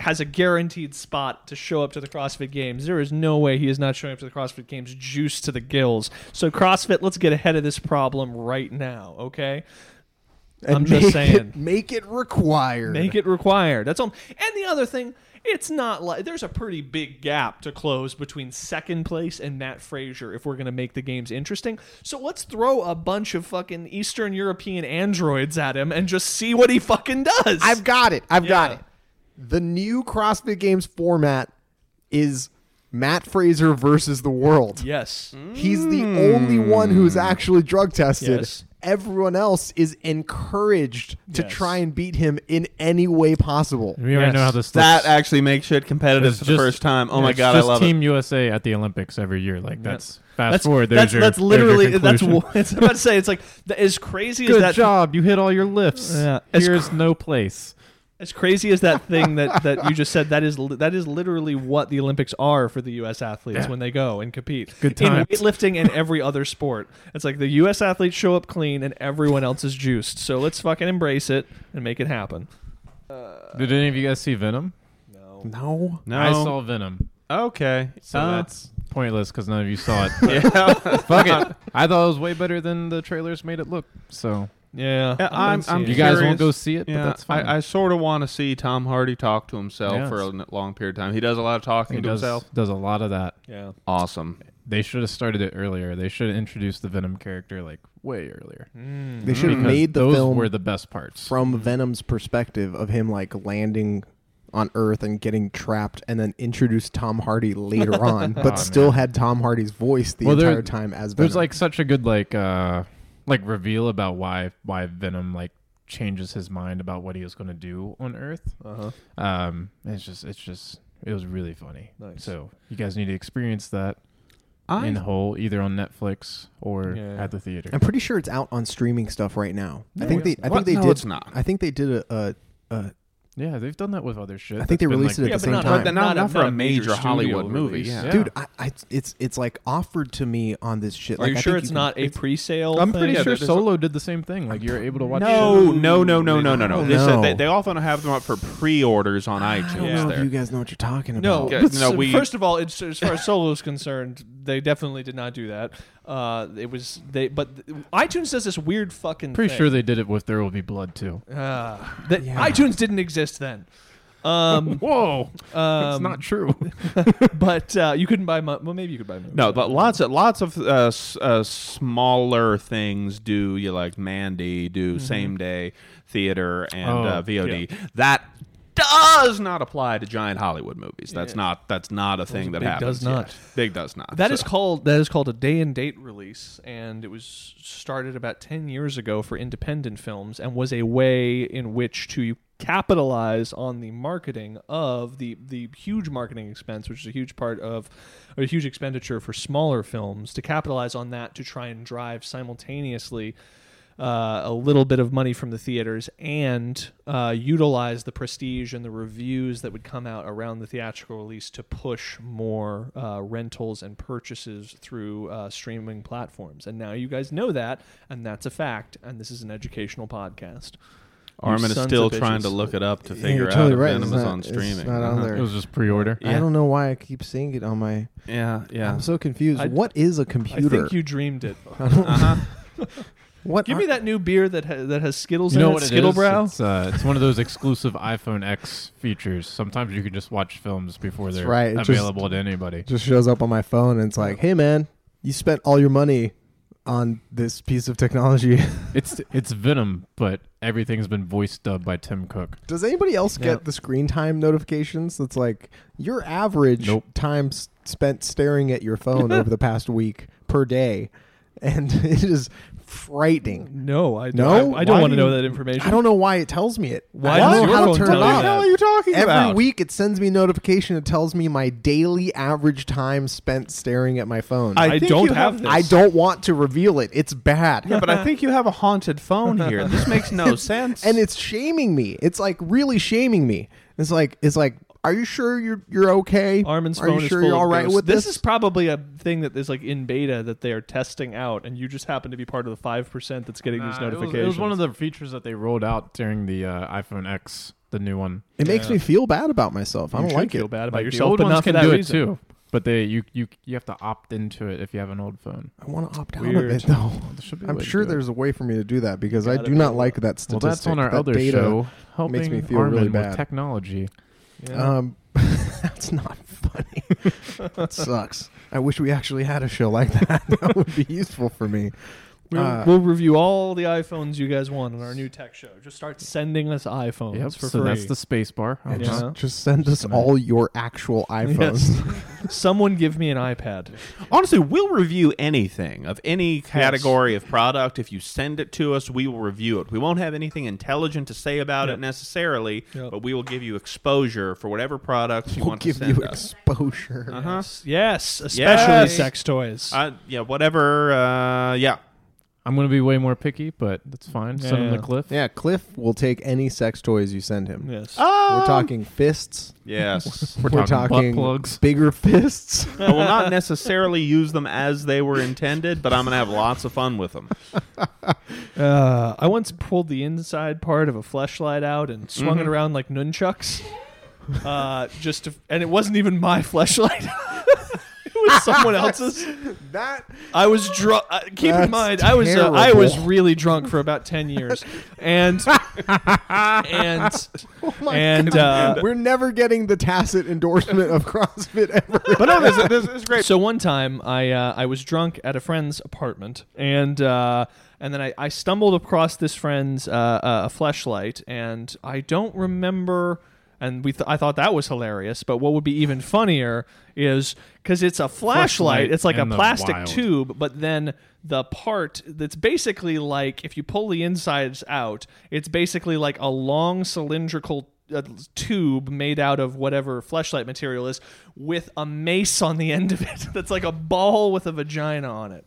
has a guaranteed spot to show up to the CrossFit Games, there is no way he is not showing up to the CrossFit Games juiced to the gills. So CrossFit, let's get ahead of this problem right now, okay?
And
I'm
make
just saying.
It, make it required.
Make it required. That's all. And the other thing, it's not like there's a pretty big gap to close between second place and Matt Frazier if we're going to make the games interesting. So let's throw a bunch of fucking Eastern European androids at him and just see what he fucking does.
I've got it. I've got
Yeah.
it. The new CrossFit Games format is Matt Fraser versus the world.
yes.
He's the only one who's
Hmm.
actually drug tested.
Yes.
Everyone else is encouraged to
Yes.
try and beat him in any way possible.
We already
Yes.
know how this
That
looks.
actually makes shit competitive
It's
for the
just-
first time. Oh
yeah,
my
it's
god,
just
I love it.
Team USA at the Olympics every year. Like that's fast
That's,
forward. There's
that's,
your,
that's
there's
literally
your
that's
conclusion.
what [laughs] it's about to say. It's like th- as crazy as
Good
that
job. You hit all your lifts.
Yeah. It's
Here's no place.
As crazy as that thing that, that you just said, that is li- that is literally what the Olympics are for the U.S. athletes when they go and compete.
Good
in
times.
weightlifting and every other sport. It's like the U.S. athletes show up clean and everyone else is juiced. So let's fucking embrace it and make it happen.
Did any of you guys see Venom?
No.
No,
I saw Venom.
okay,
So
Uh,
that's pointless because none of you saw it.
[laughs]
[laughs]
yeah.
Fuck it. I thought it was way better than the trailers made it look. So
Yeah,
Yeah, I'm- I'm
seeing it.
you guys
Curious.
won't go see it,
Yeah,
but that's fine.
I, I sort of want to see Tom Hardy talk to himself
Yes.
for a n- long period of time. He does a lot of talking
he
to
does,
himself.
does a lot of that.
Yeah,
Awesome.
They should have started it earlier. They should have introduced the Venom character like way earlier.
Hmm.
They should have
Because
made the
those
film
were the best parts.
from Venom's perspective of him like landing on Earth and getting trapped and then introduced Tom Hardy
[laughs]
later on, but
Oh, man.
still had Tom Hardy's voice the
Well, there-
entire time as Venom.
There's like such a good like uh like reveal about why why Venom like changes his mind about what he was going to do on Earth.
uh-huh.
Um, it's just it's just it was really funny.
Nice.
So you guys need to experience that
I-
in whole, either on Netflix or
Yeah.
at the theater.
I'm pretty sure it's out on streaming stuff right now. I
No,
think they
it's
I
What?
think they
no,
did
It's not.
I think they did a, a, a
Yeah, they've done that with other shit.
I think they
that's been,
released
like,
it
Yeah,
at
but
the same
not-
time.
But not,
a
not for a
major
major,
studio
Hollywood movie.
release.
Yeah.
Yeah.
Dude, I, I it's it's like offered to me on this shit.
Are
Like,
you
I
sure
think
it's
can-
not a pre-sale?
I'm
thing?
pretty
Yeah,
sure
there's a-
Solo did the same thing. Like you're able to watch.
No,
it.
no, no, no, no, no, no.
Oh,
They, said
no.
they, they often have them up for pre-orders on
I don't
iTunes.
know if
there.
you guys know what you're talking
No,
about.
Yeah,
but
no,
s-
we-
first of all, it's, as far as Solo is concerned, they definitely did not do that. Uh, it was they, but th- iTunes does this weird fucking.
Pretty
[laughs]
thing.
sure they did it with There Will Be Blood too.
Ah, that
Yeah.
iTunes didn't exist then. Um,
Whoa, [laughs] it's
um,
[laughs]
not true.
but uh, you couldn't buy. Mo- well, maybe you could buy. Movies.
No, but lots of lots of uh, s- uh, smaller things do you like Mandy do
Mm-hmm.
same day theater and
Oh,
uh, VOD that does not apply to giant Hollywood movies. That's not that's not a thing that
big
happens.
does not.
Yeah. Big does not.
That is
So-
called that is called a day and date release, and it was started about ten years ago for independent films, and was a way in which to capitalize on the marketing of the the huge marketing expense, which is a huge part of or a huge expenditure for smaller films, to capitalize on that to try and drive simultaneously. Uh, a little bit of money from the theaters and uh, utilize the prestige and the reviews that would come out around the theatrical release to push more uh, rentals and purchases through uh, streaming platforms. And now you guys know that, and that's a fact. And this is an educational podcast.
Armin
You
is
sons
still
of
trying to
bitches.
look it up to
Yeah,
figure
you're totally
out
right.
if
It's
Venom is
not-
on
it's
streaming.
not on
Uh-huh.
it
there.
was just pre-order.
Yeah.
I don't know why I keep seeing it on my.
Yeah, yeah.
I'm so confused.
I-
what is a
I
computer?
think you
[laughs]
dreamed it.
Uh-huh.
what
Give me
are-
that new beer that ha- that has Skittles
You know
in
what
it,
it
Skittle
is?
Brow.
It's, uh, it's one of those exclusive iPhone X features. Sometimes you can just watch films before they're
right, it just-
available to anybody.
just shows up on my phone and it's like, hey man, you spent all your money on this piece of technology. [laughs]
It's it's Venom, but everything's been voice dubbed by Tim Cook.
Does anybody else
Yeah.
get the screen time notifications? That's like your average
Nope.
time s- spent staring at your phone
[laughs]
over the past week per day, and [laughs] it is frightening.
No, I
No?
I, I don't
Why
want to
do
know
you-
that information.
I don't know why it tells me it.
Why
I
does
don't know
your
how to
phone
turn
tell
it
you
off.
that?
you talking
Every week it sends me a notification. It tells me my daily average time spent staring at my phone.
I,
I
think
don't
you
have
have
this.
I don't want to reveal it. It's bad.
Yeah, but I think you have a haunted phone here. This makes no
[laughs]
sense.
and it's shaming me. It's like really shaming me. It's like it's like, are you sure you're you're okay?
Armin's
are
phone
you
is
sure
full
you're
of
all right
ghosts.
with this?
is probably a thing that is like in beta that they are testing out, and you just happen to be part of the five percent that's getting these
Nah, it was-
notifications.
It was, one of the features that they rolled out during the uh, iPhone X, the new one.
it makes me feel bad about myself. I
You
don't
should
like
feel
it.
bad about
Like, the
yourself,
old
but
ones
not for
can
that
do
reason.
it too. But they you you you have to opt into it if you have an old phone.
I want to opt out of
Weird.
it though.
There should be a
I'm
way to
sure
do it.
there's a way for me to do that because I
Gotta
do
be
not
a-
like that
Well,
statistic.
that's on our
that
other
data,
show. Helping
makes me feel
Armin
really
with
bad.
technology.
Yeah.
Um, [laughs] that's not funny. that sucks. I wish we actually had a show like that. [laughs] that would be useful for me.
we'll,
uh,
we'll review all the iPhones you guys want on our new tech show. Just start sending us iPhones
Yep.
for
So
free.
that's the space bar. Oh,
And
Yeah.
just, just send us all your actual iPhones.
Yes. [laughs] Someone give me an iPad.
Honestly, we'll review anything of any category of product. If you send it to us, we will review it. We won't have anything intelligent to say about
Yep.
it necessarily,
Yep.
but we will give you exposure for whatever products you
we'll
want
give
to send
you
us.
exposure.
Uh-huh.
Yes, especially
Yes.
sex toys.
Uh, yeah, whatever. Uh, yeah.
I'm gonna be way more picky, but that's fine. Send him
Yeah.
the cliff.
Yeah, Cliff will take any sex toys you send him.
yes.
We're talking fists. [laughs]
Yes.
We're,
We're
talking,
talking
butt plugs.
bigger fists.
I will not necessarily use them as they were intended, but I'm going to have lots of fun with them.
Uh, I once pulled the inside part of a fleshlight out and swung
Mm-hmm.
it around like nunchucks. Uh, just to, and it wasn't even my fleshlight. [laughs] it was someone else's.
that
I was drunk. Uh, keep
That's
in mind, I was uh, I was
terrible.
really drunk for about ten years,
[laughs]
and and
oh
and uh,
we're never getting the tacit endorsement of CrossFit ever.
But no, this, this is great.
So one time, I uh, I was drunk at a friend's apartment, and uh, and then I, I stumbled across this friend's uh, uh, flashlight, and I don't remember. And we th- I thought that was hilarious, but what would be even funnier is because it's a flashlight.
Fleshlight
It's like a
in the
plastic
wild.
tube, but then the part that's basically like if you pull the insides out, it's basically like a long cylindrical uh, tube made out of whatever fleshlight material is with a mace on the end of it [laughs] that's like a ball with a vagina on it.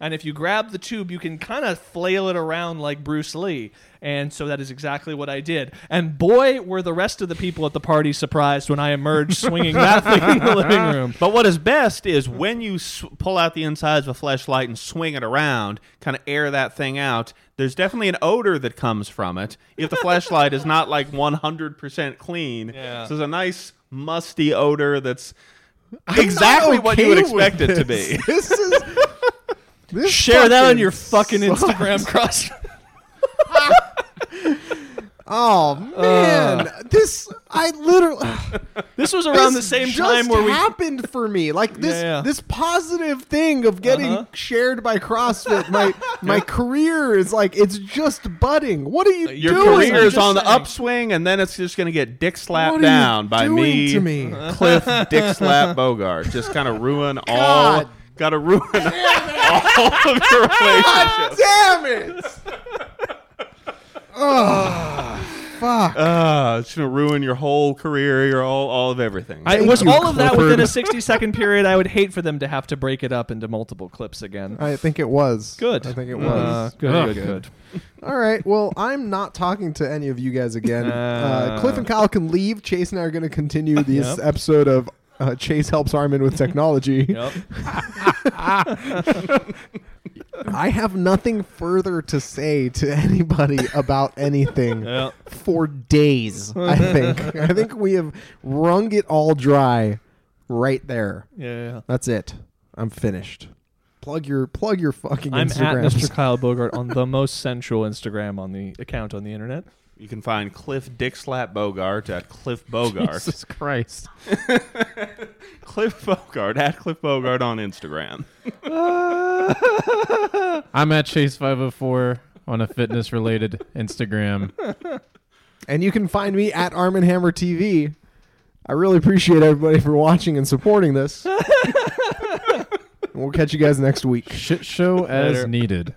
And if you grab the tube, you can kind of flail it around like Bruce Lee. And so that is exactly what I did. And boy, were the rest of the people at the party surprised when I emerged swinging that thing in the living room.
But what is best is when you s pull out the insides of a flashlight and swing it around, kind of air that thing out. There's definitely an odor that comes from it if the flashlight is not like 100% clean.
Yeah.
So there's a nice musty odor that's exactly what you would expect it to be.
[laughs] This is this
Share that on
fucking [laughs]
your fucking
sucks.
Instagram cross.
Oh
Uh,
man, this I literally
This was [laughs] around the
this
same
just
time where we
happened for me. Like this
Yeah, yeah.
this positive thing of getting
Uh-huh.
shared by CrossFit.
[laughs]
My my career is like it's just budding. What are
Uh,
you
[laughs] Your
doing?
career is
just
on the
saying.
upswing, and then it's just going to get dick slapped
What are you
down by
doing
me,
to me?
Uh-huh.
[laughs]
Cliff Dick Slap Bogart. Just kind of ruin all.
God.
Got
[laughs]
to ruin all of your relationships.
Damn
[laughs]
it! oh fuck.
Uh, it's going to ruin your whole career, your all, all of everything.
I,
Thank
was
you,
all of that
Clifford.
within a 60 second period. I would hate for them to have to break it up into multiple clips again.
I think it was.
Good.
I think it
Uh,
was.
good,
Ugh.
good, good.
All right. Well, I'm not talking to any of you guys
[laughs]
again. Uh, Cliff and Kyle can leave. Chase and I are going to continue this
Yep.
episode of uh, Chase Helps Armin with Technology.
[laughs] Yep.
I have nothing further to say to [laughs] anybody about anything
Yep.
for days, I
[laughs]
think. I think we have wrung it all dry right there. [laughs]
Yeah.
That's it. I'm finished. Plug your plug your fucking
I'm at
Instagrams.
Mr. Kyle Bogart on the most sensual Instagram on the account on the internet.
you can find Cliff Dick Slap Bogart at Cliff Bogart.
Jesus Christ.
Cliff Bogart at Cliff Bogart on Instagram.
I'm at Chase504 on a fitness related Instagram.
And you can find me at Arm and Hammer TV. I really appreciate everybody for watching and supporting this. and we'll catch you guys next week.
Shit show as
Later.
needed.